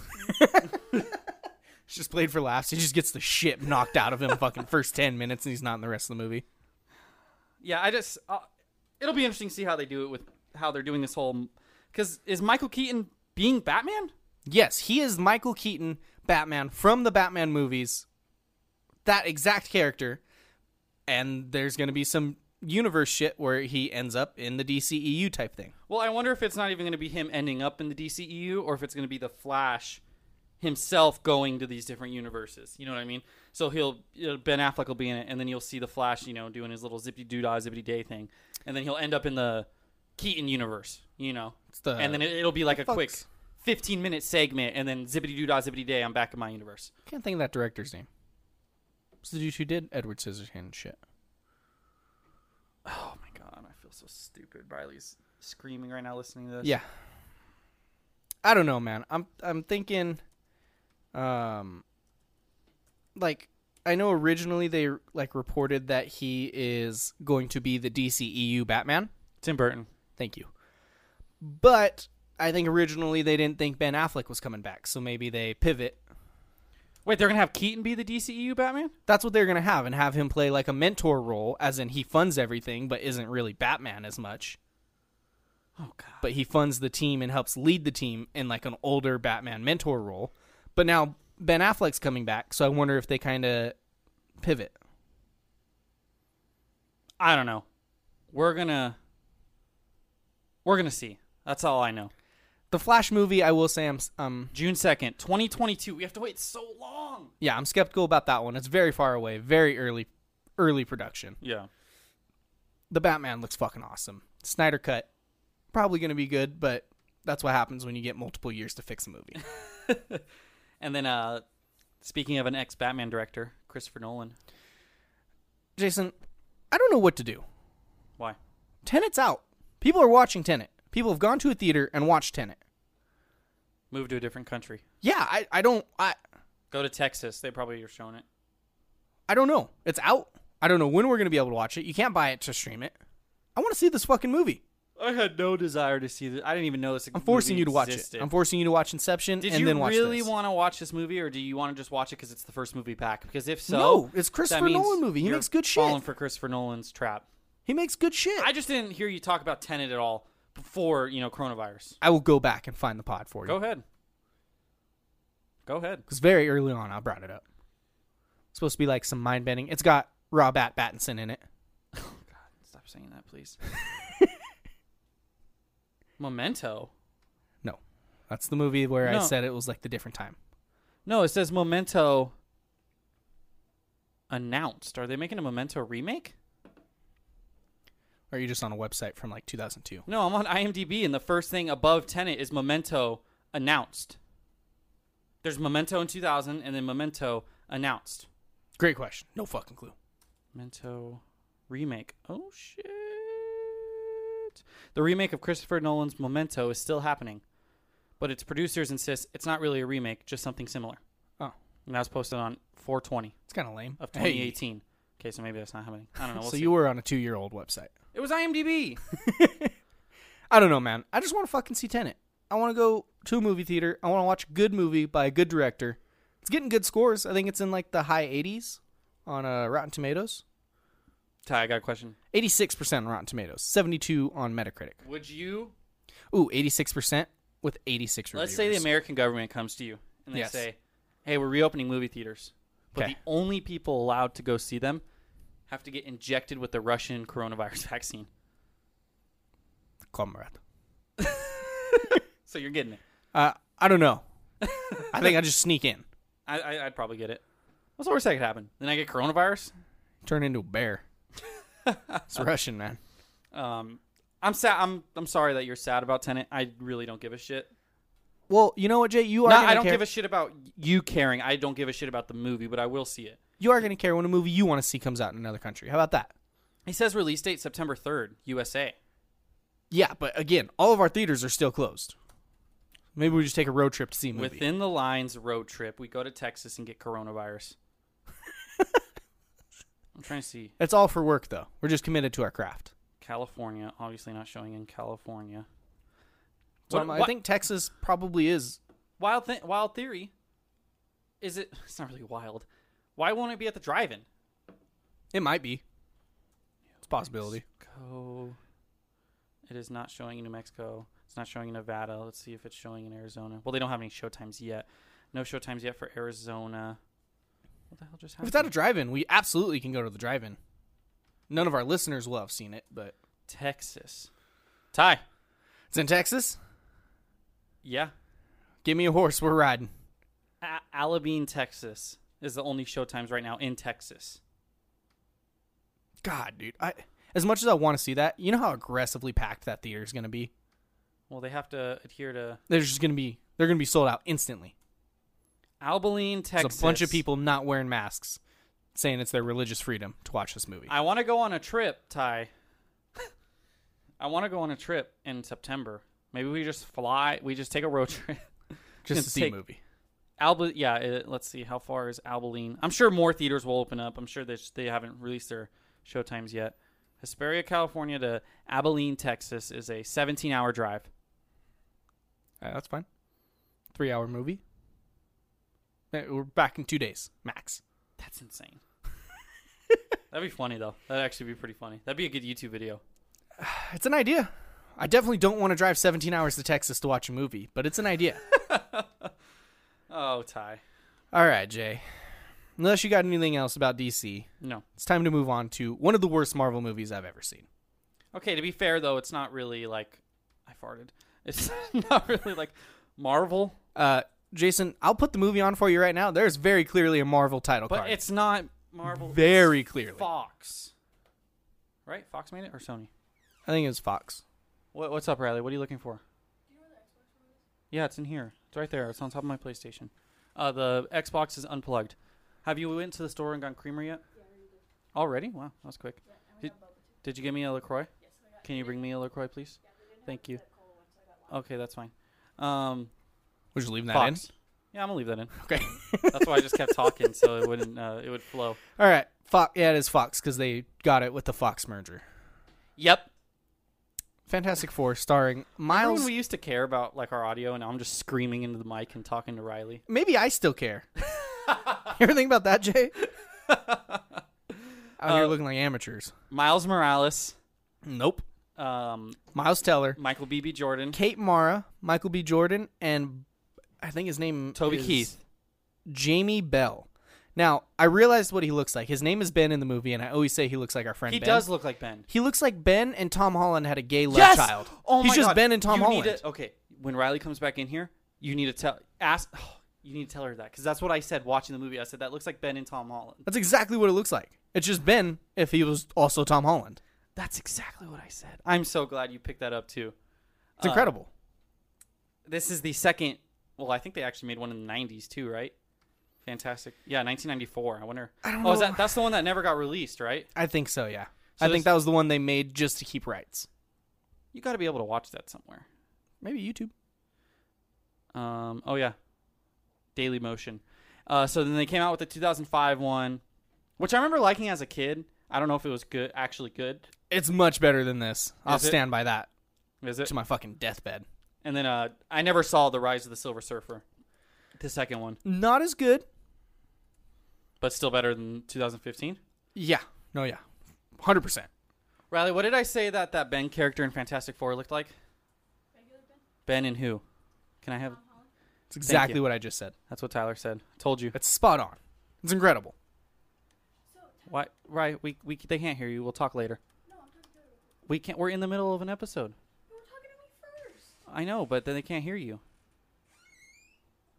B: It's just played for laughs. He just gets the shit knocked out of him fucking first 10 minutes and he's not in the rest of the movie.
A: Yeah, I just uh, it'll be interesting to see how they do it with how they're doing this whole because is Michael Keaton being Batman?
B: Yes, he is Michael Keaton Batman from the Batman movies. That exact character. And there's going to be some universe shit where he ends up in the DCEU type thing.
A: Well, I wonder if it's not even going to be him ending up in the DCEU or if it's going to be the Flash himself going to these different universes. You know what I mean? So he'll you know, Ben Affleck will be in it, and then you'll see the Flash, you know, doing his little zippity doo dah zippity day thing, and then he'll end up in the Keaton universe. You know,
B: the-
A: and then it, it'll be like a
B: fuck's-
A: quick fifteen minute segment, and then zippity doo dah zippity day. I'm back in my universe.
B: Can't think of that director's name. It's the dude who did Edward Scissorhands shit.
A: Oh my god, I feel so stupid. Riley's screaming right now listening to this.
B: Yeah. I don't know, man. I'm I'm thinking um like I know originally they like reported that he is going to be the DCEU Batman.
A: Tim Burton.
B: Thank you. But I think originally they didn't think Ben Affleck was coming back, so maybe they pivot.
A: Wait, they're gonna have Keaton be the DCEU Batman?
B: That's what they're going to have and have him play like a mentor role as in he funds everything but isn't really Batman as much.
A: Oh god.
B: but he funds the team and helps lead the team in like an older Batman mentor role. But now Ben Affleck's coming back, so I wonder if they kind of pivot.
A: I don't know. We're gonna We're gonna see. That's all I know.
B: The Flash movie, I will say, I'm s- um
A: June second, twenty twenty two. We have to wait so long.
B: yeah, I'm skeptical about that one. It's very far away, very early, early production.
A: Yeah.
B: The Batman looks fucking awesome. Snyder cut, probably gonna be good, but that's what happens when you get multiple years to fix a movie.
A: And then uh speaking of an ex Batman director, Christopher Nolan.
B: Jason, I don't know what to do.
A: Why?
B: Tenet's out. People are watching Tenet. People have gone to a theater and watched Tenet.
A: Move to a different country.
B: Yeah, I, I don't I
A: Go to Texas. They probably are showing it.
B: I don't know. It's out. I don't know when we're going to be able to watch it. You can't buy it to stream it. I want to see this fucking movie.
A: I had no desire to see this. I didn't even know this.
B: I'm forcing you to watch it. I'm forcing you to watch Inception
A: Did
B: and
A: you
B: then watch
A: really
B: this.
A: want to watch this movie, or do you want to just watch it because it's the first movie back? Because if so,
B: No, it's
A: that
B: Christopher
A: means
B: Nolan movie. He
A: you're
B: makes good
A: Falling
B: shit.
A: for Christopher Nolan's trap.
B: he makes good shit.
A: I just didn't hear you talk about Tenet at all before you know coronavirus.
B: I will go back and find the pod for
A: Go
B: you.
A: ahead. Go ahead.
B: Because very early on, I brought it up. It's supposed to be like some mind bending. It's got Rob Bat Battinson in it.
A: Stop saying that, please. Memento.
B: No, that's the movie where I
A: No.
B: said it was like the different time.
A: No, it says Memento announced. Are they making a Memento remake?
B: Or are you just on a website from like 2002?
A: No, I'm on IMDb, and the first thing above Tenet is Memento announced. There's Memento in 2000, and then Memento announced.
B: Great question. No fucking clue.
A: Memento remake. Oh shit! The remake of Christopher Nolan's Memento is still happening, but its producers insist it's not really a remake, just something similar.
B: Oh,
A: And that was posted on 420
B: it's kind of lame.
A: of
B: Hey.
A: 2018. Okay, so maybe that's not happening. I don't know. We'll
B: so
A: see.
B: you were on a two year old website.
A: It was IMDb.
B: I don't know, man. I just want to fucking see Tenet. I want to go to a movie theater. I want to watch a good movie by a good director. It's getting good scores. I think it's in like the high 80s on uh, Rotten Tomatoes.
A: Ty, I got a question.
B: 86% on Rotten Tomatoes, 72 on Metacritic.
A: Would you
B: Ooh, 86% with 86 reviewers.
A: Let's say the American government comes to you and they
B: Yes.
A: say, "Hey, we're reopening movie theaters, but
B: Okay.
A: the only people allowed to go see them have to get injected with the Russian coronavirus vaccine."
B: Comrade.
A: So you're getting it.
B: Uh, I don't know. I think I just sneak in,
A: I, I, I'd probably get it. What's the worst that could happen? Then I get coronavirus.
B: turn into a bear. it's Russian, man.
A: Um, I'm sad. I'm I'm sorry that you're sad about Tenant. I really don't give a shit.
B: Well, you know what, Jay? You are.
A: Not,
B: gonna
A: I don't
B: care-
A: give a shit about you caring. I don't give a shit about the movie, but I will see it.
B: You are going to care when a movie you want to see comes out in another country. How about that?
A: It says release date September 3rd, USA.
B: Yeah, but again, all of our theaters are still closed. Maybe we just take a road trip to see a movie.
A: Within the lines road trip, we go to Texas and get coronavirus. I'm trying to see.
B: it's all for work, though. We're just committed to our craft.
A: California, obviously not showing in California.
B: So
A: What-
B: I'm- I
A: what-
B: think Texas probably is.
A: Wild, th- wild theory. Is it? It's not really wild. Why won't it be at the drive-in?
B: It might be. It's a possibility.
A: Mexico. It is not showing in New Mexico. It's not showing in Nevada. Let's see if it's showing in Arizona. Well, they don't have any showtimes yet. No showtimes yet for Arizona. What the hell just
B: If
A: happened?
B: it's at a drive-in, we absolutely can go to the drive-in. None of our listeners will have seen it, but
A: Texas. Ty.
B: it's in Texas.
A: Yeah.
B: Give me a horse, we're riding.
A: A- Abilene, Texas is the only showtimes right now in Texas.
B: God, dude, I as much as I want to see that, you know how aggressively packed that theater is going to be.
A: Well, they have to adhere to
B: There's just going to be they're going to be sold out instantly.
A: Abilene, Texas.
B: There's a bunch of people not wearing masks saying it's their religious freedom to watch this movie.
A: I want to go on a trip, Ty, I want to go on a trip in September. Maybe we just fly. We just take a road trip.
B: Just
A: It's
B: to see
A: take-
B: movie.
A: Alba, yeah. It, let's see how far is Abilene. I'm sure more theaters will open up. I'm sure they they haven't released their show times yet. Hesperia, California to Abilene, Texas is a 17 hour drive.
B: Uh, that's fine. Three hour movie. Uh, We're back in two days max.
A: That's insane. That'd be funny though. That'd actually be pretty funny. That'd be a good YouTube video.
B: It's an idea. I definitely don't want to drive 17 hours to Texas to watch a movie, but it's an idea.
A: Oh, Ty.
B: All right, Jay. Unless you got anything else about DC,
A: No.
B: it's time to move on to one of the worst Marvel movies I've ever seen.
A: Okay, to be fair though, it's not really like I farted. It's not really like Marvel,
B: Uh, Jason, I'll put the movie on for you right now. There's very clearly a Marvel title
A: but
B: card.
A: it's not Marvel. it's
B: very clearly.
A: Fox. Right? Fox made it or Sony?
B: I think it was Fox.
A: What, what's up, Riley? What are you looking for? Do you know where the Xbox is? Yeah, it's in here. It's right there. It's on top of my PlayStation. Uh, the Xbox is unplugged. Have you went to the store and gone creamer yet? Yeah, already. Wow, that was quick. did, did you give me a Lacroix? Yes, I got Can you bring me a Lacroix, please? Thank you. Okay, that's fine. Um,
B: Would you leave that
A: Fox. Yeah, I'm gonna leave that in.
B: in? Okay.
A: That's why I just kept talking, so it wouldn't. Uh, it would flow.
B: All right. Fox. Yeah, it is Fox because they got it with the Fox merger.
A: Yep.
B: Fantastic Four starring
A: Remember
B: Miles.
A: when we used to care about like our audio, and now I'm just screaming into the mic and talking to Riley.
B: Maybe I still care. you ever think about that, Jay? Out
A: Uh,
B: here looking like amateurs.
A: Miles Morales.
B: Nope.
A: Um,
B: Miles Teller,
A: Michael B.B. Jordan,
B: Kate Mara, Michael B. Jordan, and I think his name
A: Toby
B: is
A: Keith.
B: Jamie Bell. Now I realized what he looks like. His name is Ben in the movie, and I always say he looks like our friend.
A: He
B: Ben.
A: does look like Ben.
B: He looks like Ben and Tom Holland had a gay love
A: Yes!
B: child.
A: Oh
B: He's
A: my
B: just
A: God.
B: Ben and Tom
A: You need
B: Holland.
A: to- okay, when Riley comes back in here, you need to tell ask. you need to tell her that because that's what I said watching the movie. I said that looks like Ben and Tom Holland.
B: That's exactly what it looks like. It's just Ben if he was also Tom Holland.
A: That's exactly what I said. I'm so glad you picked that up too. Uh,
B: It's incredible.
A: This is the second. Well, I think they actually made one in the '90s too, right? Fantastic. Yeah, 1994. I wonder. I don't oh, is
B: know.
A: that that's the one that never got released, right?
B: I think so. Yeah.
A: So
B: I think
A: this-
B: that was the one they made just to keep rights.
A: You got to be able to watch that somewhere.
B: Maybe YouTube.
A: Um, oh yeah, Daily Motion. Uh, so then they came out with the 2005 one, which I remember liking as a kid. I don't know if it was good, actually good.
B: It's much better than this. I'll
A: Is it?
B: stand by that
A: Is it?
B: to my fucking deathbed.
A: And then uh, I never saw the Rise of the Silver Surfer, the second one,
B: Not as good.
A: but still better than 2015.
B: Yeah. No, yeah. 100%.
A: Riley, what did I say that that Ben character in Fantastic Four looked like? Ben and who? Can I have?
B: It's exactly
A: you.
B: what I just said.
A: That's what Tyler said. Told you.
B: It's spot on. It's incredible.
A: Why? Right? We we they can't hear you. We'll talk later. We can't. We're in the middle of an episode. I know, but then they can't hear you.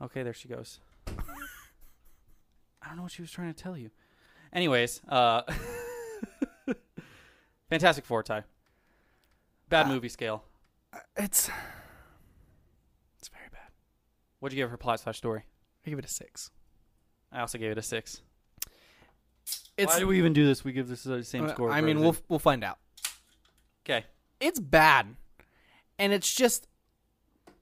A: Okay, there she goes. I don't know what she was trying to tell you. Anyways, uh Fantastic Four tie. Bad movie scale.
B: It's It's very bad.
A: What'd you give her plot slash story?
B: I give it a 6.
A: I also gave it a six.
B: It's
A: Why do we even do this? We give this the same
B: uh,
A: score.
B: I mean, we'll we'll find out.
A: okay.
B: It's bad. And it's just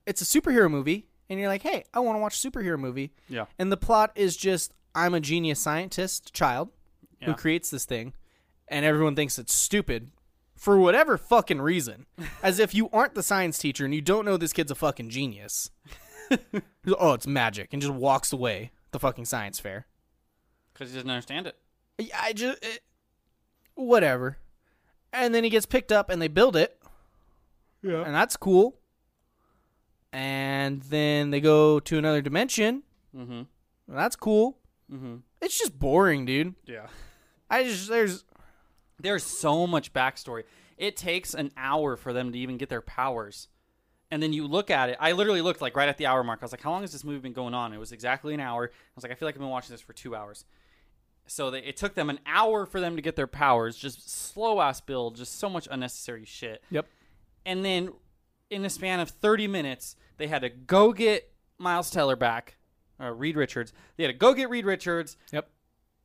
B: it's a superhero movie and you're like, "Hey, I want to watch a superhero movie."
A: Yeah.
B: And the plot is just I'm a genius scientist child
A: Yeah.
B: who creates this thing, and everyone thinks it's stupid for whatever fucking reason. As if you aren't the science teacher and you don't know this kid's a fucking genius. oh, it's magic, and just walks away at the fucking science fair.
A: Because he doesn't understand it.
B: I- I just it, whatever. And then he gets picked up, and they build it. Yeah, and that's cool. And then they go to another dimension.
A: Mm-hmm.
B: And that's cool.
A: Mm-hmm.
B: It's just boring, dude.
A: Yeah.
B: I just there's
A: There's so much backstory. It takes an hour for them to even get their powers. And then you look at it. I literally looked like right at the hour mark. I was like, how long has this movie been going on? It was exactly an hour. I was like, I feel like I've been watching this for two hours. So they, it took them an hour for them to get their powers. Just slow ass build, just so much unnecessary shit.
B: Yep.
A: And then in the span of 30 minutes, they had to go get Miles Teller back, uh, Reed Richards. They had to go get Reed Richards
B: Yep.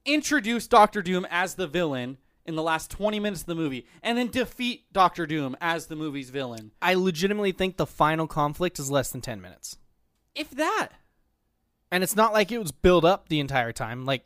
A: introduce Doctor Doom as the villain in the last 20 minutes of the movie and then defeat Doctor Doom as the movie's villain.
B: I legitimately think the final conflict is less than 10 minutes.
A: If that.
B: And it's not like it was built up the entire time. Like,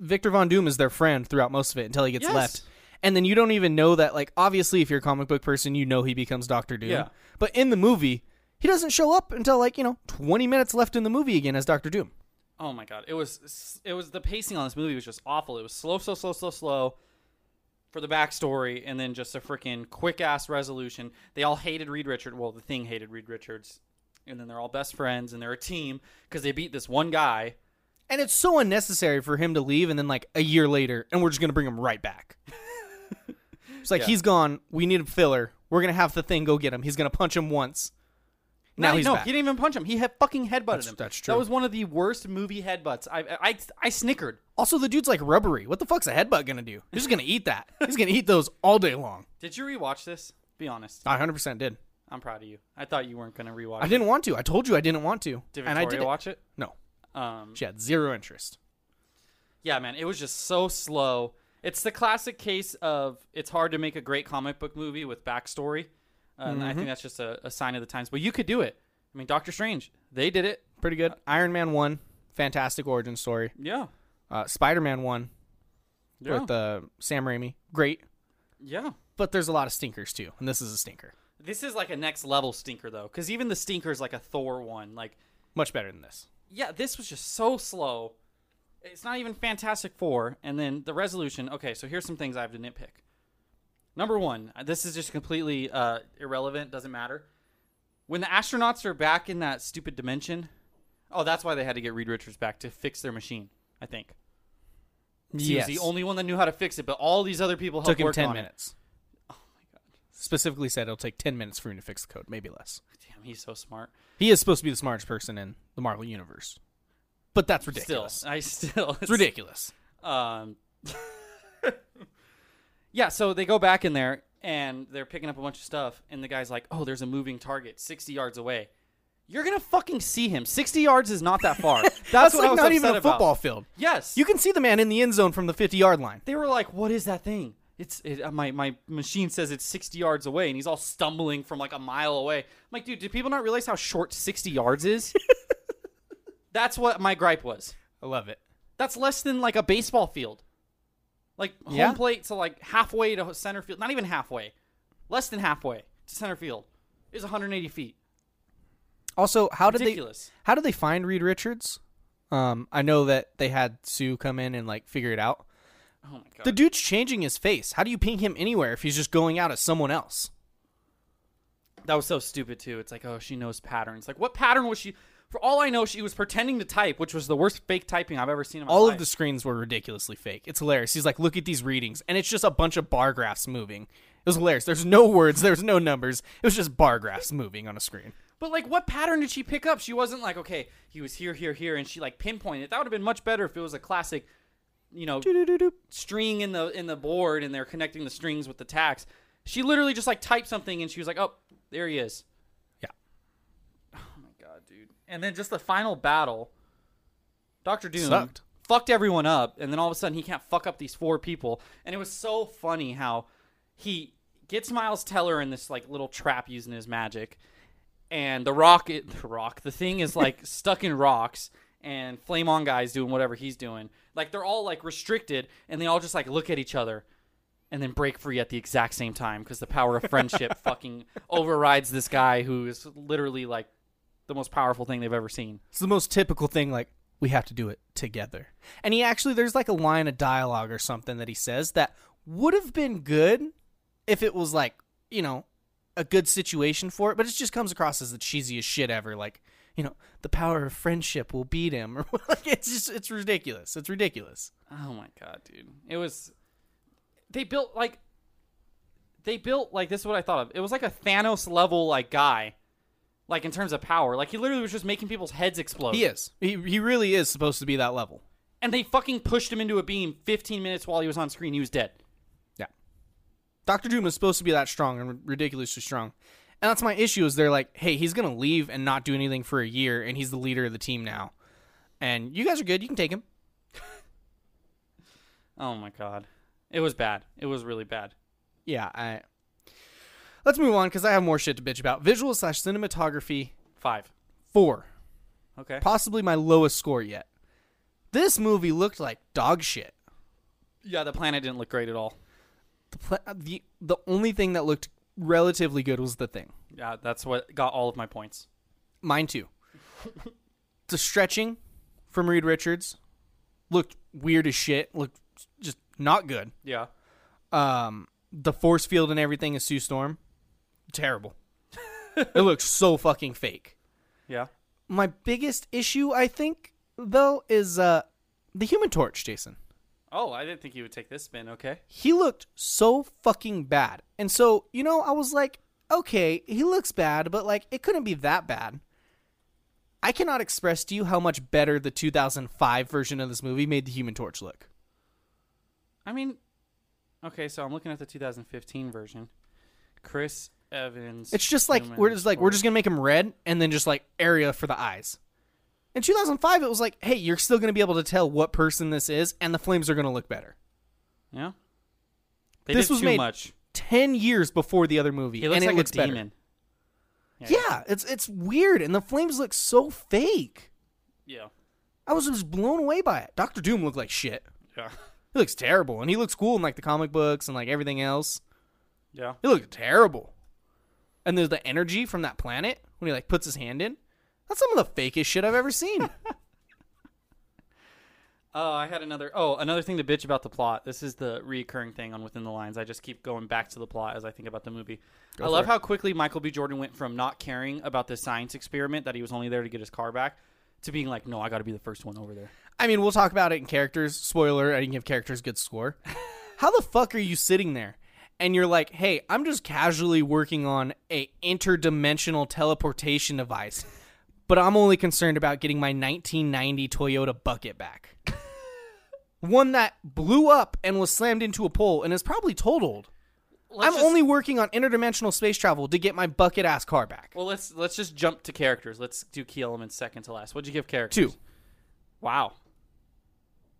B: Victor Von Doom is their friend throughout most of it until he gets
A: Yes.
B: left. And then you don't even know that, like, obviously, if you're a comic book person, you know he becomes Doctor Doom.
A: Yeah.
B: But in the movie, he doesn't show up until, like, you know, 20 minutes left in the movie again as Doctor Doom.
A: Oh my god, it was it was the pacing on this movie was just awful. It was slow, slow, slow, slow, slow for the backstory, and then just a freaking quick ass resolution. They all hated Reed Richards. Well, the thing hated Reed Richards, and then they're all best friends and they're a team because they beat this one guy.
B: And it's so unnecessary for him to leave and then, like, a year later, and we're just going to bring him right back. it's like,
A: Yeah.
B: he's gone. We need a filler. We're going to have the thing go get him. He's going to punch him once. Now
A: Not-
B: he's
A: no,
B: back.
A: he didn't even punch him. He had fucking headbutted
B: That's-
A: him.
B: that's
A: That
B: true.
A: was one of the worst movie headbutts. I I I snickered.
B: Also, the dude's like rubbery. What the fuck's a headbutt gonna do? He's just gonna eat that. He's gonna eat those all day long.
A: Did you rewatch this? Be honest.
B: I 100% did.
A: I'm proud of you. I thought you weren't gonna rewatch.
B: I didn't want to. I told you I didn't want to.
A: It. Did
B: and I
A: Victoria
B: did
A: watch it?
B: No,
A: Um,
B: she had zero interest.
A: Yeah, man, it was just so slow. It's the classic case of it's hard to make a great comic book movie with backstory. Uh, And I think that's just a, a sign of the times. But you could do it. I mean, Doctor Strange, they did it.
B: Pretty good. Iron Man one, fantastic origin story.
A: Yeah.
B: Uh, Spider Man one
A: Yeah.
B: with uh, Sam Raimi, great.
A: yeah.
B: But there's a lot of stinkers too, and this is a stinker.
A: This is like a next level stinker, though, because even the stinker is like a Thor one. Like,
B: Much better than this.
A: yeah, this was just so slow. It's not even Fantastic Four. And then the resolution. Okay, so here's some things I have to nitpick. Number one, uh, this is just completely uh, irrelevant. Doesn't matter. When the astronauts are back in that stupid dimension, oh, that's why they had to get Reed Richards back to fix their machine. I think he was the only one that knew how to fix it, but all these other people helped
B: took him
A: work
B: ten
A: on
B: minutes. Oh Specifically said it'll take ten minutes for him to fix the code, maybe less.
A: it. Damn, he's so smart.
B: He is supposed to be the smartest person in the Marvel universe, but that's ridiculous.
A: Still, I still
B: It's ridiculous.
A: Um, yeah, so they go back in there and they're picking up a bunch of stuff, and the guy's like, "Oh, there's a moving target 60 yards away." You're gonna fucking see him. 60 yards is not that far. That's,
B: That's,
A: what I
B: like
A: was
B: not even
A: upset
B: a football
A: About.
B: field.
A: Yes,
B: You can see the man in the end zone from the 50 yard line.
A: They were like, "What is that thing?" It's it, uh, my my machine says it's 60 yards away, and he's all stumbling from like a mile away. I'm like, dude, do people not realize how short 60 yards is? That's what my gripe was.
B: I love it.
A: That's less than like a baseball field. Like home
B: Yeah.
A: plate to like halfway to center field, not even halfway, less than halfway to center field is 180 feet.
B: Also, how did
A: Ridiculous.
B: they how did they find Reed Richards? Um, I know that they had Sue come in and like figure it out.
A: oh my god.
B: The dude's changing his face. How do you ping him anywhere if he's just going out as someone else?
A: that was so stupid too. It's like, oh, she knows patterns. Like, what pattern was she? For all I know, she was pretending to type, which was the worst fake typing I've ever seen in my
B: All
A: life.
B: of the screens were ridiculously fake. It's hilarious. He's like, look at these readings, and it's just a bunch of bar graphs moving. It was hilarious. There's no words. There's no numbers. It was just bar graphs moving on a screen.
A: But like, what pattern did she pick up? She wasn't like, okay, he was here, here, here, and she like pinpointed. That would have been much better if it was a classic, you know, string in the in the board, and they're connecting the strings with the tags. She literally just like typed something, and she was like, oh, there he is.
B: Yeah.
A: Oh my god, dude! And then just the final battle, Doctor Doom
B: Sucked.
A: fucked everyone up, and then all of a sudden he can't fuck up these four people, and it was so funny how he gets Miles Teller in this like little trap using his magic, and the rock it, the rock the thing is like stuck in rocks and flame on guys doing whatever he's doing like they're all like restricted and they all just like look at each other and then break free at the exact same time because the power of friendship fucking overrides this guy who is literally like the most powerful thing they've ever seen
B: It's the most typical thing, like, we have to do it together. And he actually, there's like a line of dialogue or something that he says that would have been good if it was like, you know, a good situation for it, but it just comes across as the cheesiest shit ever. Like, you know, the power of friendship will beat him. Or like, it's just, it's ridiculous. It's ridiculous.
A: Oh my god, dude. It was they built like they built like this is what I thought of. It was like a Thanos level like guy. Like in terms of power. Like he literally was just making people's heads explode.
B: He is. He, he really is supposed to be that level.
A: And they fucking pushed him into a beam 15 minutes while he was on screen. He was dead.
B: Yeah. Dr. Doom is supposed to be that strong and ridiculously strong. And that's my issue is they're like, hey, he's going to leave and not do anything for a year, and he's the leader of the team now. And you guys are good. You can take him.
A: Oh my god. It was bad. It was really bad.
B: Yeah, I. Let's move on because I have more shit to bitch about. Visual slash cinematography
A: Five.
B: four,
A: Okay.
B: possibly my lowest score yet. This movie looked like dog shit.
A: Yeah, the planet didn't look great at all.
B: The pla- the the only thing that looked relatively good was the thing.
A: Yeah, that's what got all of my points.
B: Mine too. the stretching from Reed Richards looked weird as shit. Looked just not good.
A: Yeah.
B: um, the force field and everything is Sue Storm. Terrible. it looks so fucking fake.
A: Yeah.
B: My biggest issue, I think, though, is uh, the Human Torch, Jason.
A: Oh, I didn't think you would take this spin. Okay.
B: He looked so fucking bad. And so, you know, I was like, okay, he looks bad, but like, it couldn't be that bad. I cannot express to you how much better the 2005 version of this movie made the Human Torch look.
A: I mean, okay, so I'm looking at the 2015 version. Chris Evans.
B: It's just like we're just like we're just gonna make him red and then just like area for the eyes. In 2005, it was like, hey, you're still gonna be able to tell what person this is, and the flames are gonna look better.
A: yeah. They
B: This
A: did
B: was
A: too
B: made-
A: much.
B: Ten years before the other movie,
A: He looks
B: and it
A: like
B: looks
A: a
B: better.
A: demon.
B: Yeah, it's it's weird, and the flames look so fake.
A: Yeah.
B: I was just blown away by it. Doctor Doom looked like shit.
A: Yeah.
B: He looks terrible, and he looks cool in like the comic books and like everything else.
A: Yeah.
B: It looked terrible. And there's the energy from that planet when he like puts his hand in. That's some of the fakest shit I've ever seen.
A: Oh, I had another. Oh, another thing to bitch about the plot. This is the reoccurring thing on Within the Lines. I just keep going back to the plot as I think about the movie. I love how quickly Michael B. Jordan went from not caring about the science experiment that he was only there to get his car back to being like, "No, I got to be the first one over there."
B: I mean, we'll talk about it in characters. Spoiler, I didn't give characters good score. How the fuck are you sitting there and you're like, "Hey, I'm just casually working on a interdimensional teleportation device, but I'm only concerned about getting my 1990 Toyota bucket back." One that blew up and was slammed into a pole and is probably totaled. I'm
A: just-
B: only working on interdimensional space travel to get my bucket ass car back.
A: Well, let's let's just jump to characters. Let's do key elements second to last. What'd you give characters?
B: Two.
A: Wow.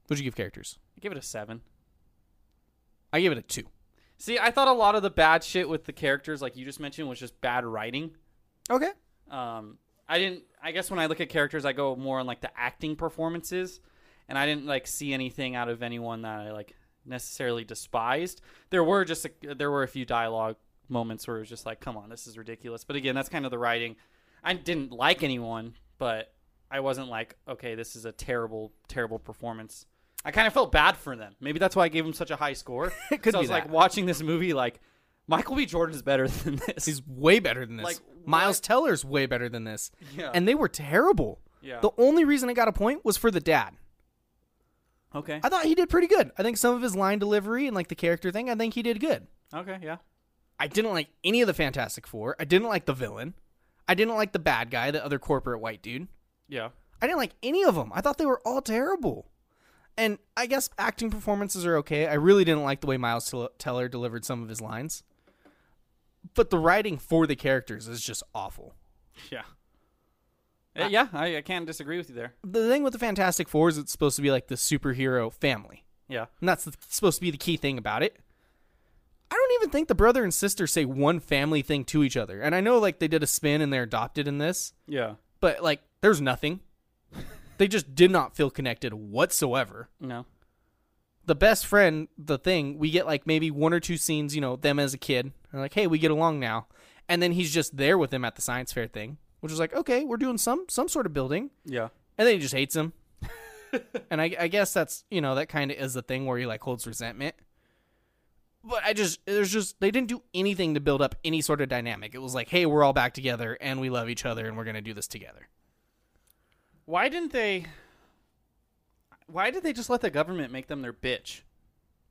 B: What'd you give characters?
A: Give it a seven.
B: I give it a two.
A: See, I thought a lot of the bad shit with the characters, like you just mentioned, was just bad writing.
B: Okay.
A: Um, I didn't. I guess when I look at characters, I go more on like the acting performances, and I didn't like see anything out of anyone that I like necessarily despised. There were just a, there were a few dialogue moments where it was just like, "Come on, this is ridiculous." But again, that's kind of the writing. I didn't like anyone, but I wasn't like, "Okay, this is a terrible, terrible performance." I kind of felt bad for them. Maybe that's why I gave them such a high score.
B: Could
A: so I
B: be
A: was like
B: that.
A: watching this movie, like Michael B. Jordan is better than this.
B: He's way better than this.
A: Like,
B: Miles
A: what?
B: Teller's way better than this.
A: Yeah.
B: And they were terrible.
A: Yeah.
B: The only reason I got a point was for the dad.
A: okay.
B: I thought he did pretty good. I think some of his line delivery and like the character thing, I think he did good.
A: Okay. Yeah.
B: I didn't like any of the Fantastic Four. I didn't like the villain. I didn't like the bad guy, the other corporate white dude.
A: Yeah.
B: I didn't like any of them. I thought they were all terrible. And I guess acting performances are okay. I really didn't like the way Miles Tel- Teller delivered some of his lines. But the writing for the characters is just awful.
A: Yeah. Uh, yeah, I, I can't disagree with you there.
B: the thing with the Fantastic Four is it's supposed to be like the superhero family,
A: Yeah.
B: and that's the, supposed to be the key thing about it. I don't even think the brother and sister say one family thing to each other, and I know like they did a spin and they're adopted in this,
A: Yeah.
B: but like there's nothing. they just did not feel connected whatsoever.
A: No.
B: The best friend, the thing, we get like maybe one or two scenes, you know, them as a kid, and like, hey, we get along now, and then he's just there with them at the science fair thing, which is like, okay, we're doing some some sort of building,
A: Yeah.
B: and then he just hates him. and I, I guess that's you know that kind of is the thing where he like holds resentment. But I just there's just they didn't do anything to build up any sort of dynamic. It was like, hey, we're all back together and we love each other and we're gonna do this together.
A: Why didn't they? Why did they just let the government make them their bitch?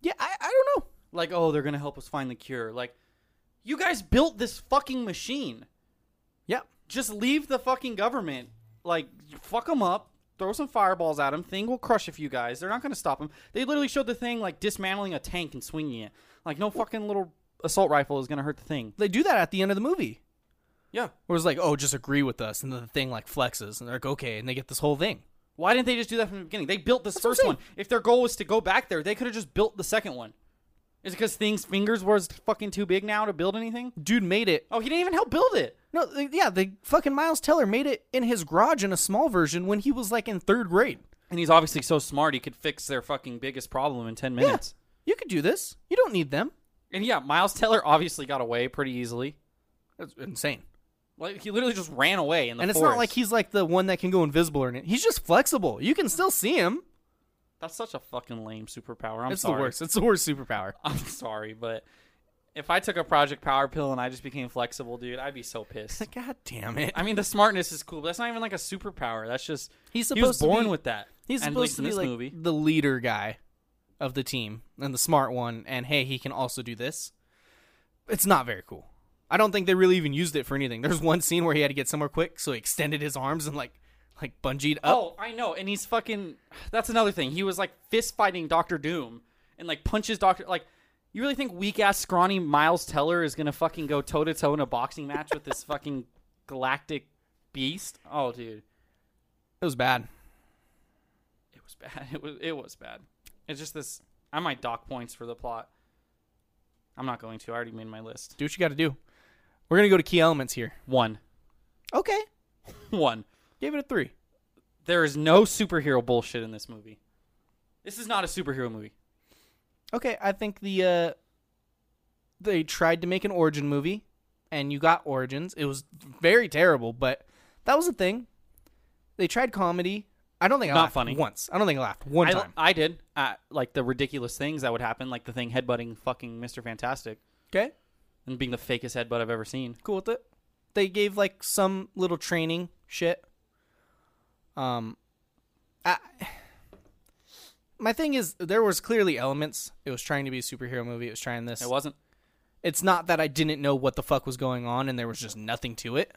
B: Yeah, I, I don't know.
A: Like, oh, they're gonna help us find the cure. Like, you guys built this fucking machine.
B: Yeah,
A: Just leave the fucking government. Like, fuck them up. Throw some fireballs at them. Thing will crush a few guys. They're not gonna stop them. They literally showed the thing like dismantling a tank and swinging it. Like, no fucking little assault rifle is gonna hurt the thing.
B: they do that at the end of the movie.
A: Yeah.
B: Where it's like, oh, just agree with us, and then the thing like flexes, and they're like, okay, and they get this whole thing.
A: Why didn't they just do that from the beginning? They built this
B: what I'm
A: first one.
B: saying.
A: If their goal was to go back there, they could have just built the second one. Is it because things fingers was fucking too big now to build anything?
B: Dude made it.
A: Oh, he didn't even help build it.
B: No, they- yeah, the fucking Miles Teller made it in his garage in a small version when he was like in third grade.
A: And he's obviously so smart he could fix their fucking biggest problem in ten minutes.
B: You could do this. You don't need them.
A: And yeah, Miles Teller obviously got away pretty easily.
B: That's insane.
A: Like he literally just ran away in the
B: and it's
A: forest.
B: not like he's like the one that can go invisible or anything. He's just flexible. You can still see him.
A: That's such a fucking lame superpower. I'm
B: it's
A: sorry.
B: the worst. It's the worst superpower.
A: I'm sorry, but if I took a Project Power pill and I just became flexible, dude, I'd be so pissed.
B: God damn it.
A: I mean, the smartness is cool, but that's not even like a superpower. That's just
B: He's
A: he was
B: supposed to
A: born
B: be-
A: with that.
B: He's
A: And at least
B: supposed to
A: in
B: be
A: this
B: like
A: movie.
B: the leader guy of the team and the smart one. And hey, he can also do this. It's not very cool. I don't think they really even used it for anything. There's one scene where he had to get somewhere quick, so he extended his arms and like like bungeed up.
A: Oh, I know. And he's fucking. That's another thing. He was like fist fighting Doctor Doom and like punches Doctor. Like, you really think weak ass scrawny Miles Teller is gonna fucking go toe to toe in a boxing match with this fucking galactic beast? Oh, dude,
B: It was bad.
A: it was bad. It was it was bad. It's just this. I might dock points for the plot. I'm not going to. I already made my list.
B: Do what you got to do. We're gonna go to key elements here.
A: One,
B: Okay,
A: one.
B: gave it a three.
A: There is no superhero bullshit in this movie. This is not a superhero movie.
B: Okay, I think the uh they tried to make an origin movie and you got origins. It was very terrible, but that was a thing. They tried comedy. I don't think I
A: Not
B: laughed
A: funny.
B: once. I don't think I laughed one
A: I,
B: time.
A: I did. Uh, like the ridiculous things that would happen, like the thing headbutting fucking Mr. Fantastic
B: okay,
A: and being the fakest headbutt I've ever seen.
B: cool with it. They gave like some little training shit. Um I my thing is there was clearly elements. It was trying to be a superhero movie. It was trying this.
A: It wasn't.
B: it's not that I didn't know what the fuck was going on and there was just nothing to it.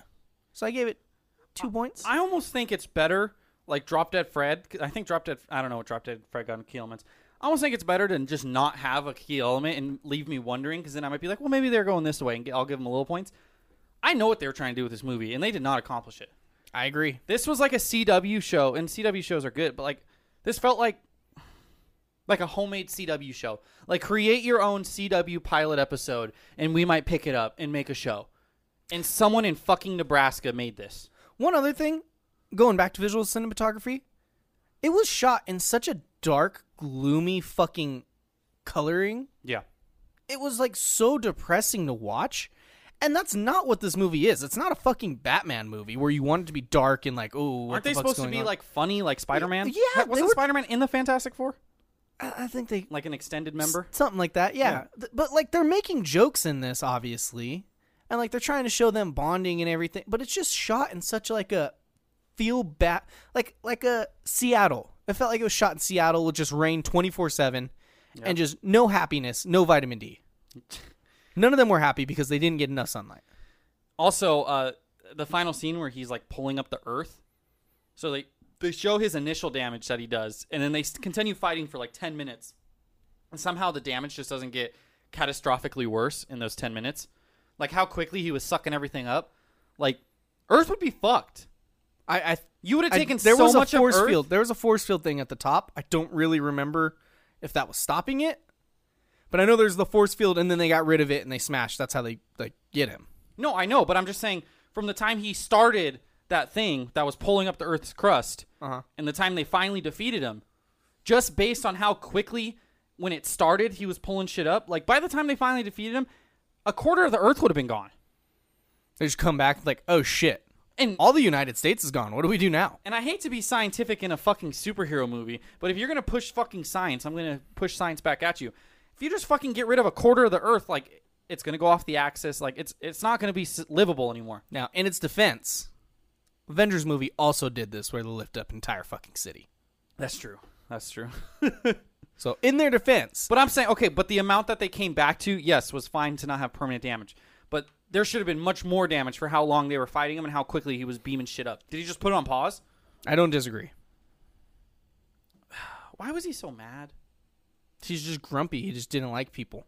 B: So I gave it two points.
A: I almost think it's better, like Drop Dead Fred. 'cause I think Drop Dead. I don't know what Drop Dead Fred got in key elements. I almost think it's better than just not have a key element and leave me wondering, because then I might be like, well, maybe they're going this way, and g- I'll give them a little points. I know what they were trying to do with this movie, and they did not accomplish it.
B: I agree.
A: this was like a CW show, and CW shows are good, but like this felt like like a homemade CW show. Like create your own CW pilot episode, and we might pick it up and make a show. And someone in fucking Nebraska made this.
B: One other thing, going back to visual cinematography, it was shot in such a dark, gloomy fucking coloring.
A: Yeah,
B: It was like so depressing to watch. And that's not what this movie is. It's not a fucking Batman movie where you want it to be dark and like, oh,
A: aren't they supposed to be like funny, like Spider Man?
B: Yeah, they
A: wasn't
B: were-
A: Spider Man in the Fantastic Four
B: I I think they
A: like an extended member?
B: Something like that, yeah. Th- But like they're making jokes in this, obviously, and like they're trying to show them bonding and everything. But it's just shot in such like a feel bad, like like a Seattle. It felt like it was shot in Seattle with just rain twenty four seven, and just no happiness, no vitamin D. None of them were happy because they didn't get enough sunlight.
A: Also, uh, the final scene where he's like pulling up the earth. So they they show his initial damage that he does, and then they s- continue fighting for like ten minutes, and somehow the damage just doesn't get catastrophically worse in those ten minutes. Like how quickly he was sucking everything up. Like Earth would be fucked.
B: I, I
A: You would have
B: I-
A: taken
B: there
A: so
B: was
A: much
B: a force
A: of Earth.
B: field. There was a force field thing at the top. I don't really remember if that was stopping it, but I know there's the force field, and then they got rid of it and they smashed. That's how they like get him.
A: No, I know, but I'm just saying from the time he started that thing that was pulling up the Earth's crust,
B: Uh-huh.
A: and the time they finally defeated him, just based on how quickly when it started he was pulling shit up. Like by the time they finally defeated him, a quarter of the Earth would have been gone.
B: They just come back like, oh shit,
A: And
B: all the United States is gone. What do we do now?
A: and I hate to be scientific in a fucking superhero movie, but if you're gonna push fucking science, I'm gonna push science back at you. If you just fucking get rid of a quarter of the Earth, like it's gonna go off the axis. Like it's it's not gonna be s- livable anymore.
B: Now, in its defense, Avengers movie also did this where they lift up entire fucking city.
A: That's true. That's true.
B: So in their defense,
A: But I'm saying, okay, but the amount that they came back to, yes, was fine to not have permanent damage. But there should have been much more damage for how long they were fighting him and how quickly he was beaming shit up. Did he just put it on pause?
B: I don't disagree.
A: Why was he so mad?
B: He's just grumpy. He just didn't like people,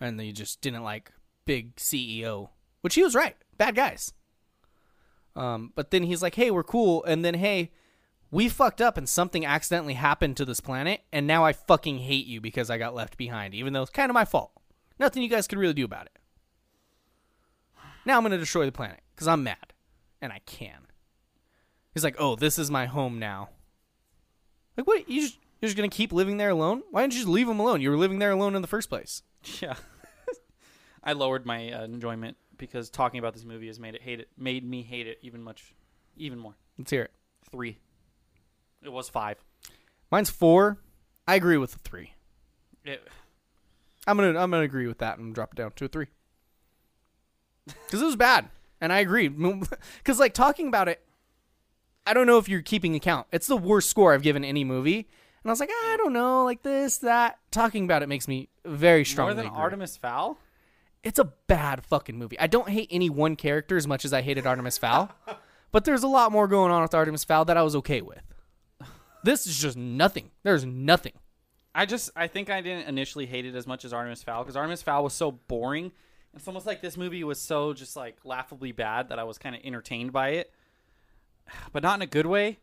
B: and he just didn't like big CEO, which he was right. Bad guys. Um, but then he's like, "Hey, we're cool," and then hey, we fucked up and something accidentally happened to this planet, and now I fucking hate you because I got left behind, even though it's kind of my fault. Nothing you guys could really do about it. Now I'm going to destroy the planet because I'm mad, and I can. He's like, oh, this is my home now. Like, what? You just, you're just going to keep living there alone? Why didn't you just leave him alone? You were living there alone in the first place.
A: Yeah. I lowered my uh, enjoyment because talking about this movie has made it hate it made me hate it even much even more.
B: Let's hear it.
A: 3. It was 5.
B: Mine's four. I agree with the three.
A: It,
B: I'm gonna I'm gonna agree with that and drop it down to a three. Because it was bad, and I agree. Because like talking about it, I don't know if you're keeping account. It's the worst score I've given any movie, and I was like, "Ah, I don't know, like this, that. Talking about it makes me very strongly.
A: more than
B: agree.
A: Artemis Fowl?
B: It's a bad fucking movie. I don't hate any one character as much as I hated Artemis Fowl, but there's a lot more going on with Artemis Fowl that I was okay with. This is just nothing. There's nothing.
A: I just I think I didn't initially hate it as much as Artemis Fowl because Artemis Fowl was so boring. It's almost like this movie was so just like laughably bad that I was kind of entertained by it, but not in a good way.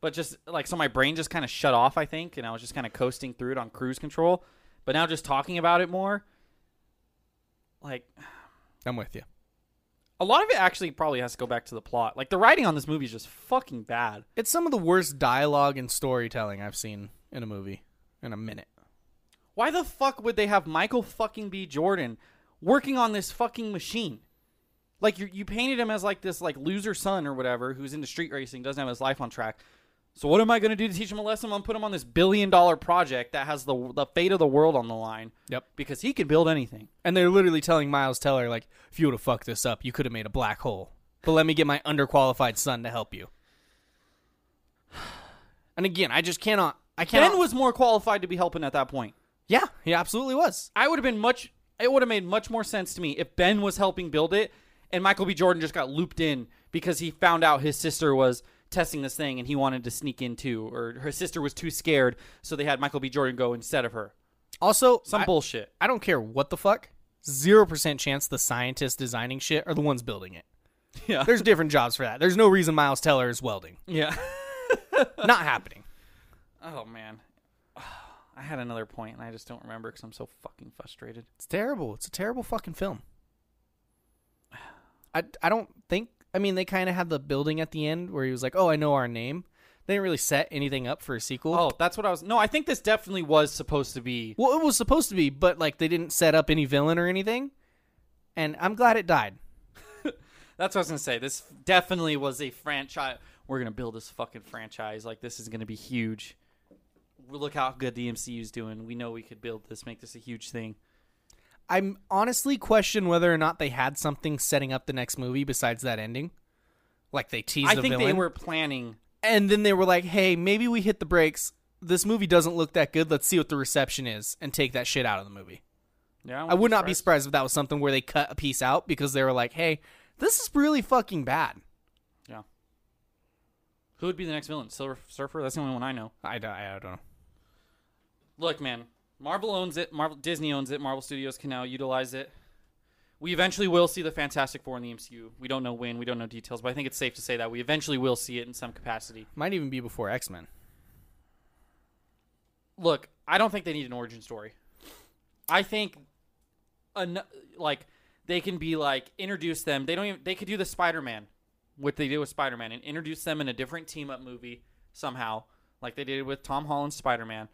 A: But just like so, my brain just kind of shut off. I think, and I was just kind of coasting through it on cruise control. But now, just talking about it more, like
B: I'm with you.
A: a lot of it actually probably has to go back to the plot. Like the writing on this movie is just fucking bad.
B: It's some of the worst dialogue and storytelling I've seen in a movie in a minute.
A: Why the fuck would they have Michael fucking B. Jordan working on this fucking machine? Like you, you painted him as like this like loser son or whatever who's into street racing, doesn't have his life on track. So what am I gonna do to teach him a lesson? I'm gonna put him on this billion dollar project that has the the fate of the world on the line.
B: Yep.
A: Because he can build anything.
B: And they're literally telling Miles Teller, like, if you would have fucked this up, you could have made a black hole. But let me get my underqualified son to help you. And again, I just cannot. I cannot.
A: Ben was more qualified to be helping at that point.
B: yeah, he absolutely was.
A: I would have been much. It would have made much more sense to me if Ben was helping build it, and Michael B. Jordan just got looped in because he found out his sister was testing this thing and he wanted to sneak in too, or her sister was too scared, so they had Michael B. Jordan go instead of her.
B: Also,
A: Some
B: I,
A: bullshit.
B: I don't care what the fuck. Zero percent chance the scientists designing shit are the ones building it.
A: Yeah.
B: There's different jobs for that. There's no reason Miles Teller is welding.
A: Yeah.
B: Not happening.
A: oh man. I had another point and I just don't remember because I'm so fucking frustrated.
B: It's terrible. It's a terrible fucking film. I, I don't think. I mean, they kind of had the building at the end where he was like, "Oh, I know our name." They didn't really set anything up for a sequel.
A: Oh, that's what I was. No, I think this definitely was supposed to be.
B: well, it was supposed to be, but like they didn't set up any villain or anything. And I'm glad it died.
A: That's what I was gonna say. This definitely was a franchise. We're gonna build this fucking franchise. Like this is gonna be huge. Look how good the MCU's doing. We know we could build this, make this a huge thing.
B: I'm honestly question whether or not they had something setting up the next movie besides that ending. Like they teased
A: I
B: the
A: think
B: villain,
A: they were planning.
B: and then they were like, "Hey, maybe we hit the brakes. This movie doesn't look that good. Let's see what the reception is, and take that shit out of the movie."
A: Yeah,
B: I would not be surprised if that was something where they cut a piece out because they were like, "Hey, this is really fucking bad."
A: Yeah. Who would be the next villain? Silver Surfer. That's the only one I know.
B: I don't, I don't know.
A: Look, man. Marvel owns it. Marvel Disney owns it. Marvel Studios can now utilize it. We eventually will see the Fantastic Four in the MCU. We don't know when. We don't know details, but I think it's safe to say that we eventually will see it in some capacity.
B: Might even be before X Men.
A: look, I don't think they need an origin story. I think, an, like, they can be like introduce them. They don't even. They could do the Spider Man, what they did with Spider Man, and introduce them in a different team up movie somehow, like they did with Tom Holland's Spider Man.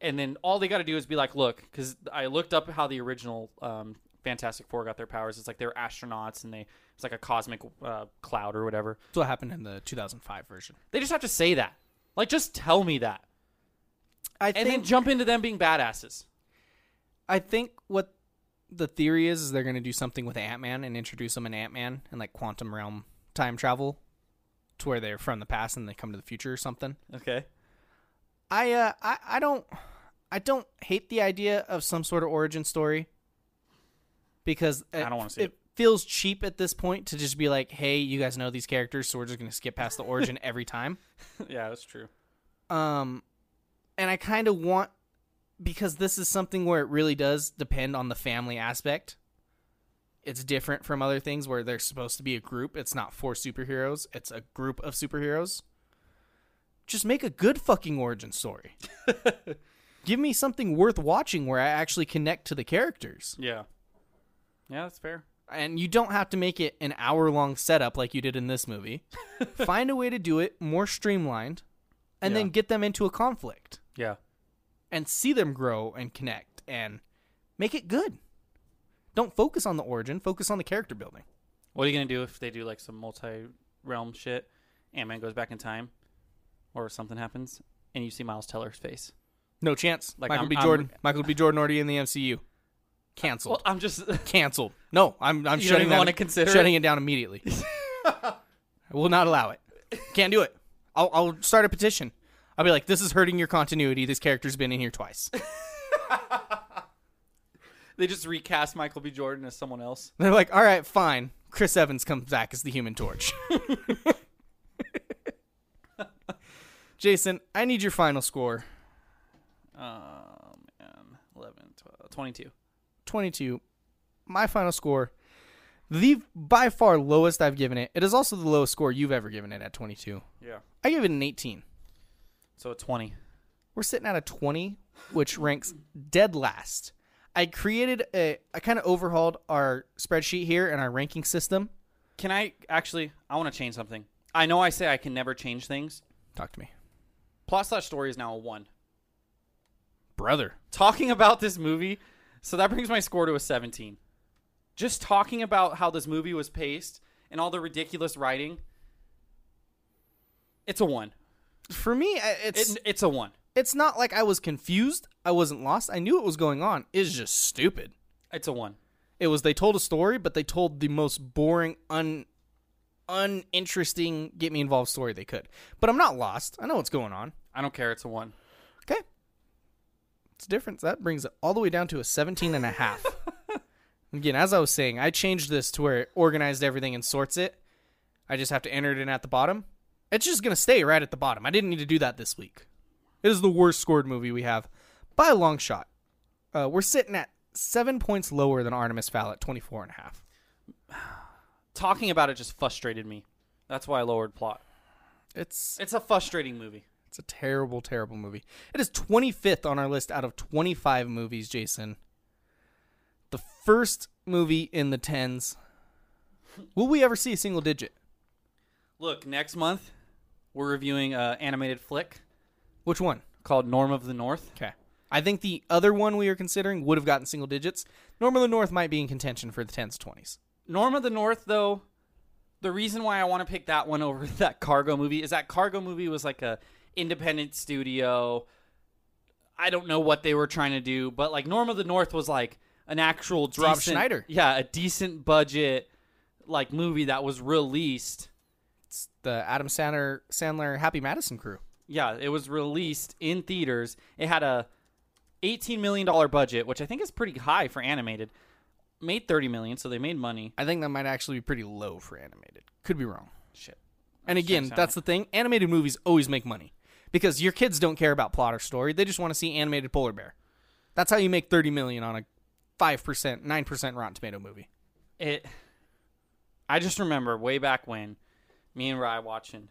A: And then all they got to do is be like, look, because I looked up how the original um, Fantastic Four got their powers. It's like they were astronauts, and they it's like a cosmic uh, cloud or whatever.
B: That's what happened in the 2005 version.
A: They just have to say that. Like, just tell me that,
B: I
A: and then jump into them being badasses.
B: I think what the theory is is they're going to do something with Ant Man and introduce them in Ant Man and like quantum realm time travel, to where they're from the past and they come to the future or something.
A: Okay.
B: I uh I, I don't I don't hate the idea of some sort of origin story because it,
A: I don't wanna see it.
B: feels cheap at this point to just be like, "Hey, you guys know these characters, so we're just going to skip past the origin every time."
A: Yeah, that's true.
B: Um and I kind of want because this is something where it really does depend on the family aspect. It's different from other things where they're supposed to be a group. It's not for superheroes, it's a group of superheroes. just make a good fucking origin story. Give me something worth watching where I actually connect to the characters.
A: Yeah. Yeah, that's fair.
B: And you don't have to make it an hour long setup like you did in this movie. Find a way to do it more streamlined and then
A: Yeah.
B: get them into a conflict
A: Yeah.
B: and see them grow and connect and make it good. Don't focus on the origin, focus on the character building.
A: What are you gonna do if they do like some multi-realm shit? Ant Man goes back in time, or something happens, and you see Miles Teller's face.
B: No chance.
A: Like,
B: Michael
A: I'm-
B: B.
A: I'm-
B: Jordan. Michael B. Jordan already in the MCU. Canceled.
A: Well, I'm just
B: Canceled. No, I'm
A: You don't
B: I'm shutting
A: even
B: that-
A: wanna consider
B: shutting it? down immediately. I will not allow it. Can't do it. I'll I'll start a petition. I'll be like, this is hurting your continuity. This character's been in here twice.
A: they just recast Michael B. Jordan as someone else.
B: They're like, all right, fine. Chris Evans comes back as the Human Torch. Jason, I need your final score.
A: Oh man, 11, 12, 22.
B: 22. My final score, the by far lowest I've given it. It is also the lowest score you've ever given it at 22.
A: Yeah.
B: I give it an 18.
A: So a 20.
B: We're sitting at a 20, which ranks dead last. I created a, I kind of overhauled our spreadsheet here and our ranking system.
A: Can I actually? I want to change something. I know I say I can never change things.
B: Talk to me.
A: Plot slash story is now a one.
B: Brother.
A: talking about this movie, so that brings my score to a 17. Just talking about how this movie was paced and all the ridiculous writing, it's a one.
B: For me, I- it's
A: It, it's a one.
B: it's not like I was confused. I wasn't lost. I knew what was going on. It's just stupid.
A: It's a one.
B: It was they told a story, but they told the most boring, un uninteresting, get me involved story they could. But I'm not lost. I know what's going on.
A: I don't care. It's a one.
B: Okay. It's a difference. That brings it all the way down to a 17 and a half. Again, as I was saying, I changed this to where it organized everything and sorts it. I just have to enter it in at the bottom. It's just going to stay right at the bottom. I didn't need to do that this week. It is the worst scored movie we have by a long shot. Uh, we're sitting at seven points lower than Artemis Fowl at 24 and a half.
A: Talking about it just frustrated me. That's why I lowered plot.
B: It's
A: It's a frustrating movie.
B: It's a terrible, terrible movie. It is 25th on our list out of 25 movies, Jason. The first movie in the tens. Will we ever see a single digit?
A: Look, next month we're reviewing an animated flick
B: Which one?
A: called Norm of the North.
B: Okay. I think the other one we are considering would have gotten single digits. Norm of the North might be in contention for the 10s, 20s.
A: Norm of the North, though, the reason why I want to pick that one over that Cargo movie is that Cargo movie was like a independent studio. I don't know what they were trying to do, but like Norm of the North was like an actual
B: Rob
A: decent-
B: Schneider.
A: yeah, a decent budget like movie that was released.
B: It's the Adam Sandler, Sandler Happy Madison crew.
A: Yeah, it was released in theaters. It had a eighteen million dollar budget, which I think is pretty high for animated. Made thirty million, so they made money.
B: I think that might actually be pretty low for animated. Could be wrong.
A: Shit.
B: And again,
A: Sound
B: that's the thing. Animated movies always make money because your kids don't care about plot or story. They just want to see animated polar bear. That's how you make 30 million on a 5%, 9% Rotten Tomato movie.
A: it i just remember way back when me and rye watching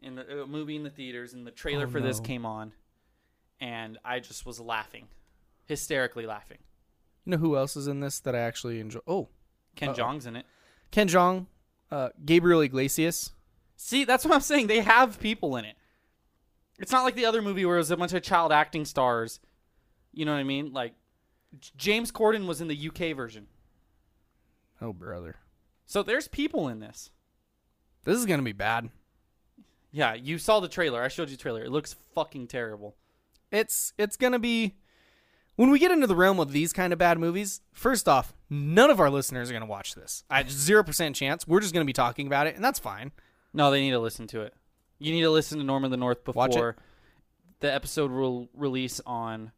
A: in the a movie in the theaters and the trailer
B: Oh,
A: for this
B: no.
A: came on and i just was laughing hysterically laughing
B: You know who else is in this that I actually enjoy? Oh,
A: ken
B: Uh-oh.
A: jong's in it
B: Ken Jeong, uh, Gabriel Iglesias.
A: see that's what i'm saying they have people in it it's not like the other movie where it was a bunch of child acting stars you know what i mean like J- james corden was in the uk version
B: Oh, brother.
A: so there's people in this
B: This is going to be bad.
A: yeah you saw the trailer i showed you the trailer it looks fucking terrible
B: It's it's going to be when we get into the realm of these kind of bad movies, first off, none of our listeners are going to watch this. I 0% chance. We're just going to be talking about it and that's fine.
A: No, they need to listen to it. You need to listen to Norman the North
B: Watch it.
A: before the episode will release on.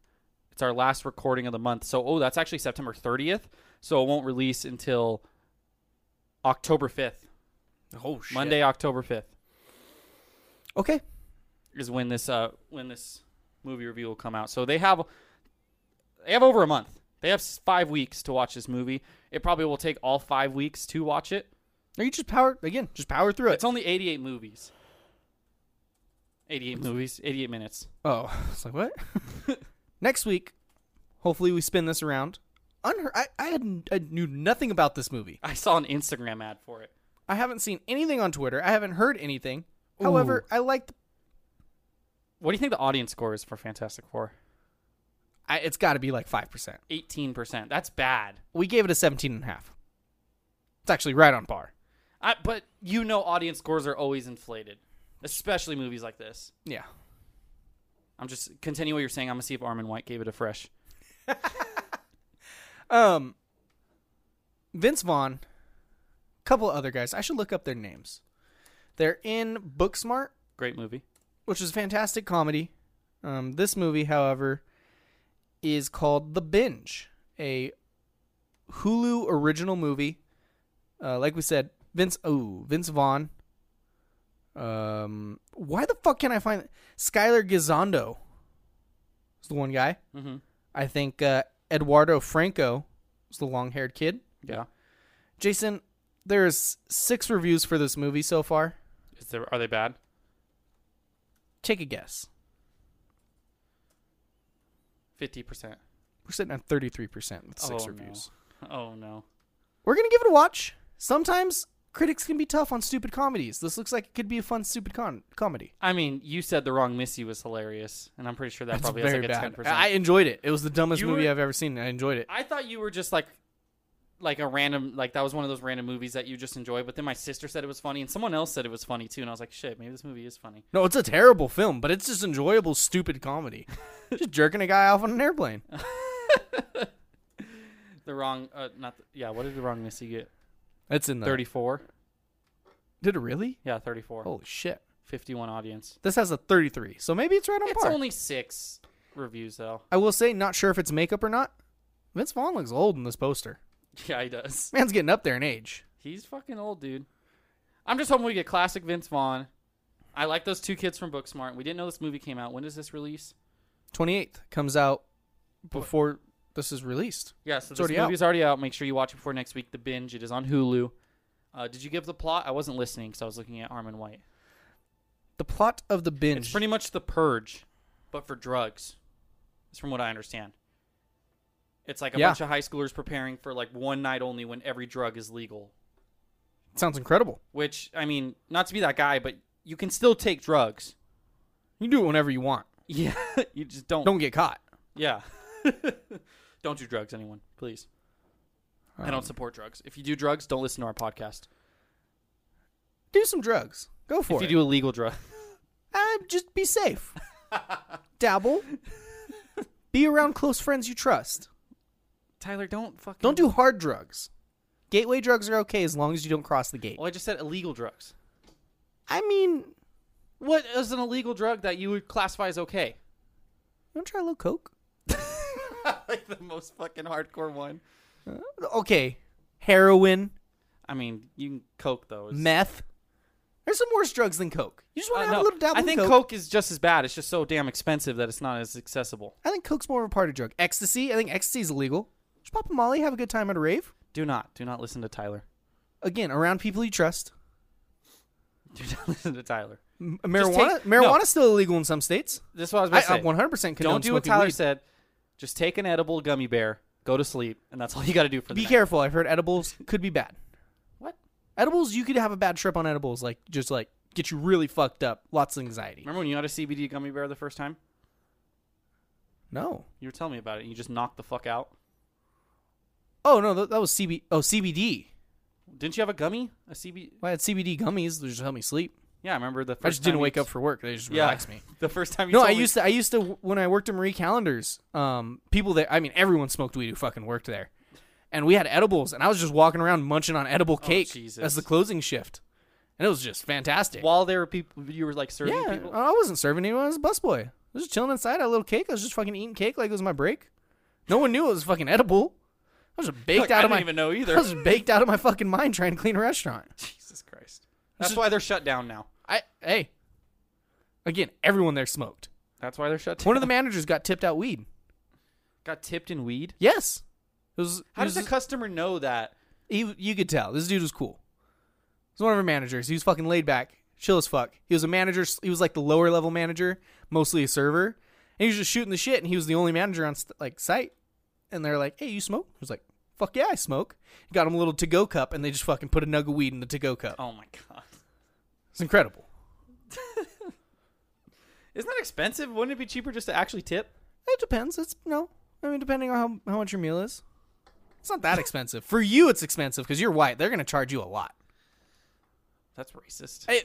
A: It's our last recording of the month, so oh, that's actually September 30th. So it won't release until October 5th,
B: Oh shit.
A: Monday, October 5th
B: Okay.
A: is when this uh when this movie review will come out. So they have they have over a month. They have s- five weeks to watch this movie. It probably will take all five weeks to watch it.
B: Or you just power again, just power through it.
A: It's only 88 movies. 88 movies, 88 minutes.
B: Oh, it's like what? Next week, hopefully we spin this around. Unheard. I I, had, I knew nothing about this movie.
A: I saw an Instagram ad for it.
B: I haven't seen anything on Twitter. I haven't heard anything. However, I like.
A: What do you think the audience score is for Fantastic Four?
B: I, it's got to be like five percent.
A: 18%. That's bad.
B: We gave it a seventeen and a half. It's actually right on par.
A: I, but you know, audience scores are always inflated, especially movies like this.
B: Yeah.
A: I'm just continue what you're saying. I'm gonna see if Armin White gave it a fresh.
B: Um. Vince Vaughn, couple other guys. I should look up their names. They're in Booksmart,
A: Great movie.
B: which is a fantastic comedy. Um, this movie, however, is called The Binge, a Hulu original movie. Uh, like we said, Vince. Ooh, Vince Vaughn. Um, why the fuck can I find Skylar Gizondo? Is the one guy.
A: Mm-hmm.
B: I think uh, Eduardo Franco is the long-haired kid.
A: Yeah.
B: Jason, there's six reviews for this movie so far.
A: Is there? Are they bad?
B: Take a guess.
A: Fifty percent.
B: We're sitting at 33% with six
A: Oh,
B: reviews.
A: No. Oh no.
B: We're going to give it a watch. Sometimes critics can be tough on stupid comedies. This looks like it could be a fun stupid con- comedy.
A: I mean, you said the wrong Missy was hilarious, and I'm pretty sure that
B: That's
A: probably has
B: very
A: like a ten
B: bad.
A: percent.
B: I enjoyed it. It was the dumbest
A: You
B: movie
A: were-
B: I've ever seen. and I enjoyed it.
A: I thought you were just like like a random like that was one of those random movies that you just enjoy, but then my sister said it was funny and someone else said it was funny too, and I was like, shit, maybe this movie is funny.
B: No, it's a terrible film, but it's just enjoyable stupid comedy. just jerking a guy off on an airplane.
A: The wrong uh not the, yeah, what did the wrong Missy get?
B: It's in the
A: Thirty four?
B: Did it really?
A: Yeah, thirty four.
B: Holy shit.
A: Fifty one audience.
B: This has a 33. So maybe it's right on
A: It's
B: par.
A: only six reviews though.
B: I will say not sure if it's makeup or not. Vince Vaughn looks old in this poster.
A: Yeah, he does.
B: Man's getting up there in age.
A: He's fucking old, dude. I'm just hoping we get classic Vince Vaughn. I like those two kids from Booksmart. We didn't know this movie came out. When does this release?
B: 28th comes out before this is released.
A: Yeah, so this
B: It's already
A: movie's already out. Make sure you watch it before next week. The binge. It is on Hulu. Uh, did you give the plot? I wasn't listening because I was looking at Armin White.
B: The plot of the binge.
A: It's pretty much The Purge, but for drugs. It's from what I understand. It's like a
B: Yeah.
A: bunch of high schoolers preparing for like one night only when every drug is legal.
B: sounds incredible.
A: Which I mean, not to be that guy, but you can still take drugs.
B: You do it whenever you want.
A: Yeah, you just don't.
B: Don't get caught.
A: Yeah. don't do drugs, anyone, please. I
B: Um.
A: don't support drugs. If you do drugs, don't listen to our podcast.
B: Do some drugs. Go for
A: If you
B: it.
A: do illegal drugs.
B: Uh, just be safe. Dabble. be around close friends you trust.
A: Tyler, don't fucking
B: Don't do hard drugs. Gateway drugs are okay as long as you don't cross the gate.
A: Well, I just said illegal drugs.
B: I mean,
A: What is an illegal drug that you would classify as okay?
B: want to try a little coke?
A: like the most fucking hardcore one.
B: Uh, Okay. Heroin,
A: I mean, you can coke though. is-
B: meth. There's some worse drugs than coke. You just
A: Uh,
B: want to have
A: no,
B: a little dabble
A: I
B: in
A: think
B: coke.
A: coke. is just as bad. It's just so damn expensive that it's not as accessible.
B: I think coke's more of a party drug. Ecstasy, I think ecstasy is illegal. Just pop a molly, have a good time at a rave.
A: Do not, do not listen to Tyler.
B: Again, around people you trust.
A: Do not listen to Tyler.
B: M- Marijuana,
A: take-
B: marijuana's
A: no.
B: still illegal in some states.
A: This is what I was about
B: I,
A: to say.
B: I 100% condone
A: Don't do what
B: smoking
A: Tyler
B: weed.
A: said. Just take an edible gummy bear, go to sleep, and that's all you got to do for the
B: Be
A: night.
B: careful. I've heard edibles could be bad.
A: What?
B: Edibles, you could have a bad trip on edibles, like just like get you really fucked up, lots of anxiety.
A: Remember when you had a CBD gummy bear the first time?
B: No.
A: You were telling me about it, and you just knocked the fuck out.
B: Oh no, that, that was CB. Oh CBD.
A: Didn't you have a gummy? A CBD?
B: Well, I had CBD gummies. They just help me sleep.
A: Yeah, I remember the first
B: I just
A: time
B: didn't
A: you-
B: wake up for work. They just
A: yeah.
B: relaxed me.
A: The first time you
B: No,
A: told
B: I
A: me-
B: used to. I used to when I worked at Marie Callender's. Um, people that I mean, everyone smoked weed who fucking worked there, and we had edibles, and I was just walking around munching on edible cake
A: Oh, Jesus.
B: as the closing shift, and it was just fantastic.
A: while there were people you were like serving
B: yeah, Oh.
A: people.
B: I wasn't serving anyone. I was a busboy. I was just chilling inside. I had a little cake. I was just fucking eating cake like it was my break. No one knew it was fucking edible. I was just baked
A: Like,
B: out
A: I
B: of
A: didn't
B: my.
A: even know either.
B: I was baked out of my fucking mind trying to clean a restaurant.
A: Jesus Christ. That's why they're shut down now.
B: I hey. Again, everyone there smoked.
A: That's why they're shut down.
B: One of the managers got tipped out weed.
A: got tipped in weed.
B: Yes. It was,
A: How
B: it
A: does
B: was-
A: the customer know that?
B: he you could tell this dude was cool. He's one of our managers. He was fucking laid back. chill as fuck. He was a manager. He was like the lower level manager, mostly a server. And he was just shooting the shit. And he was the only manager on st- like site. And they're like, "Hey, you smoke?" He was like, "Fuck yeah, I smoke." Got him a little to go cup, and they just fucking put a nug of weed in the to go cup.
A: Oh my god.
B: It's incredible.
A: Isn't that expensive? Wouldn't it be cheaper just to actually tip?
B: It depends. It's no. I mean, depending on how, how much your meal is, it's not that expensive. For you, it's expensive because you're white. They're gonna charge you a lot.
A: That's racist.
B: Hey,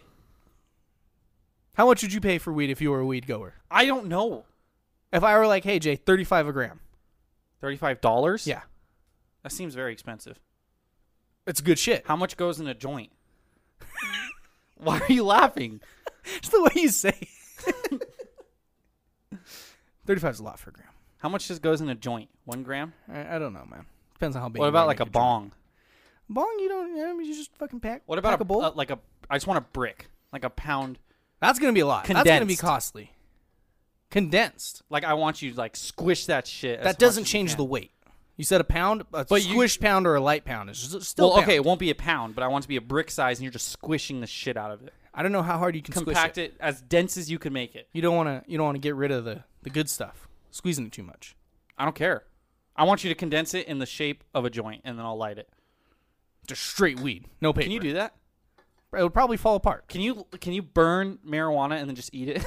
B: how much would you pay for weed if you were a weed goer?
A: I don't know.
B: If I were like, hey Jay, thirty-five a gram.
A: Thirty-five dollars.
B: Yeah,
A: that seems very expensive.
B: it's good shit.
A: How much goes in a joint? Why are you laughing?
B: Just the way you say. Thirty-five is a lot for a gram.
A: How much just goes in a joint? One gram.
B: I, I don't know, man. Depends on how big.
A: What
B: you
A: about
B: wanna
A: like a
B: make your joint.
A: bong?
B: Bong, you don't. I mean, you just fucking pack.
A: What about
B: pack
A: a,
B: a bowl?
A: uh, like a? I just want a brick, like a pound.
B: That's gonna be a lot. That's gonna be
A: condensed?
B: costly. Condensed.
A: Like I want you to like squish that shit. as
B: that
A: much
B: doesn't
A: as you
B: change
A: can.
B: the weight. You said a pound, a
A: But you-
B: squish pound or a light pound is just- still.
A: Well,
B: pound.
A: okay, it won't be a pound, but I want it to be a brick size, and you're just squishing the shit out of it.
B: I don't know how hard you can squish
A: Compact it as dense as you can make it.
B: You don't want to. You don't want to get rid of the the good stuff. Squeezing it too much.
A: I don't care. I want you to condense it in the shape of a joint, and then I'll light it.
B: Just straight weed, no paper.
A: Can you do that?
B: It would probably fall apart.
A: Can you can you burn marijuana and then just eat it?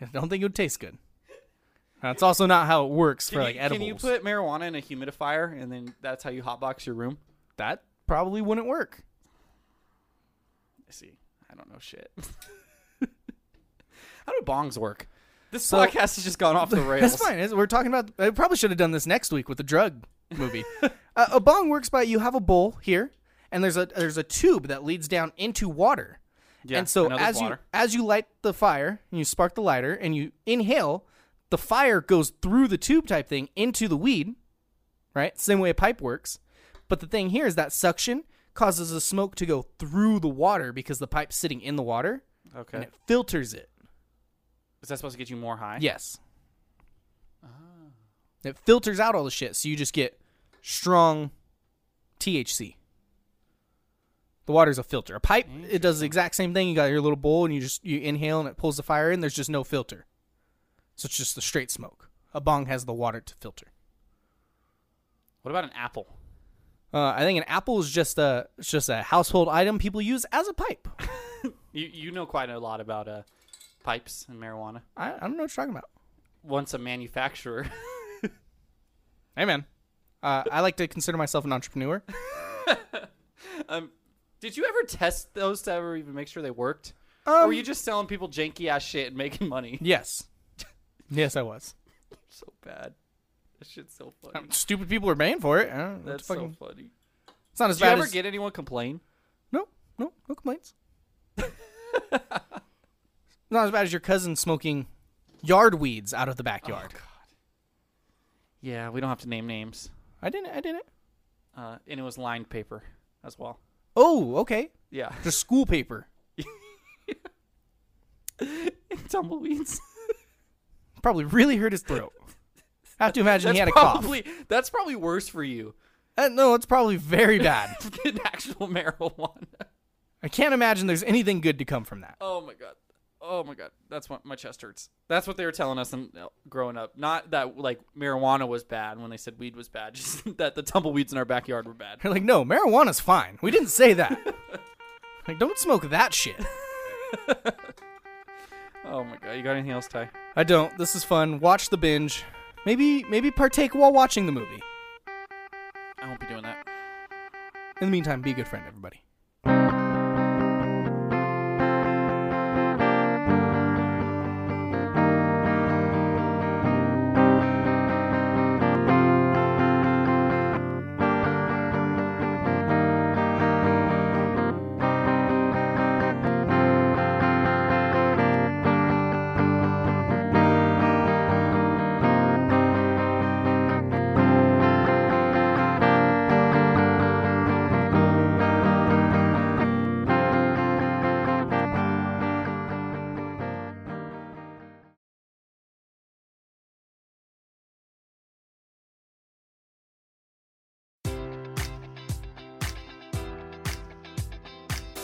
B: I don't think it would taste good. That's also not how it works for
A: can,
B: like
A: you,
B: edibles.
A: can you put marijuana in a humidifier, and then that's how you hotbox your room?
B: that probably wouldn't work.
A: I see. I don't know shit. how do bongs work? This
B: So-
A: podcast has just gone off the rails.
B: That's fine. It's- We're talking about. I probably should have done this next week with the drug movie. uh, a bong works by you have a bowl here, and there's a there's a tube that leads down into water.
A: Yeah,
B: and so
A: I know there's
B: as you
A: water.
B: as you light the fire and you spark the lighter and you inhale, the fire goes through the tube type thing into the weed, right? Same way a pipe works. But the thing here is that suction causes the smoke to go through the water because the pipe's sitting in the water
A: Okay.
B: and it filters it.
A: Is that supposed to get you more high?
B: Yes. Ah. It filters out all the shit, so you just get strong THC. The water's a filter. A pipe, it does the exact same thing. You got your little bowl, and you just you inhale, and it pulls the fire in. There's just no filter, so it's just the straight smoke. A bong has the water to filter.
A: What about an apple?
B: Uh, I think an apple is just a it's just a household item people use as a pipe.
A: You you know quite a lot about uh, pipes and marijuana.
B: I, I don't know what you're talking about.
A: Once a manufacturer,
B: Hey man, uh, I like to consider myself an entrepreneur.
A: did you ever test those to ever even make sure they worked? or were you just selling people janky ass shit and making money?
B: Um, Yes, yes, I was.
A: so bad. That shit's so funny.
B: Um, stupid people are paying for it. I don't know.
A: That's
B: It's fucking-
A: so funny.
B: it's not as
A: Did you
B: bad
A: ever
B: as
A: get anyone complain?
B: no, no, no complaints. It's not as bad as your cousin smoking yard weeds out of the
A: Oh,
B: backyard.
A: Yeah, we don't have to name names.
B: I didn't. I didn't.
A: Uh, and it was lined paper as well.
B: Oh, okay.
A: Yeah,
B: Just school paper.
A: tumbleweeds.
B: Probably really hurt his throat. I have to imagine he had a
A: probably
B: cough.
A: that's probably worse for you
B: Uh, no, it's probably very bad.
A: than actual marijuana.
B: I can't imagine there's anything good to come from that.
A: Oh my god. Oh my god. That's what my chest hurts. That's what they were telling us in, uh, growing up. Not that like marijuana was bad when they said weed was bad, just that the tumbleweeds in our backyard were bad.
B: They're like, no, marijuana's fine. We didn't say that. like, don't smoke that shit.
A: Oh my god. You got anything else, Ty?
B: I don't. This is fun. Watch the binge. Maybe maybe partake while watching the movie.
A: I won't be doing that.
B: In the meantime, be a good friend, everybody.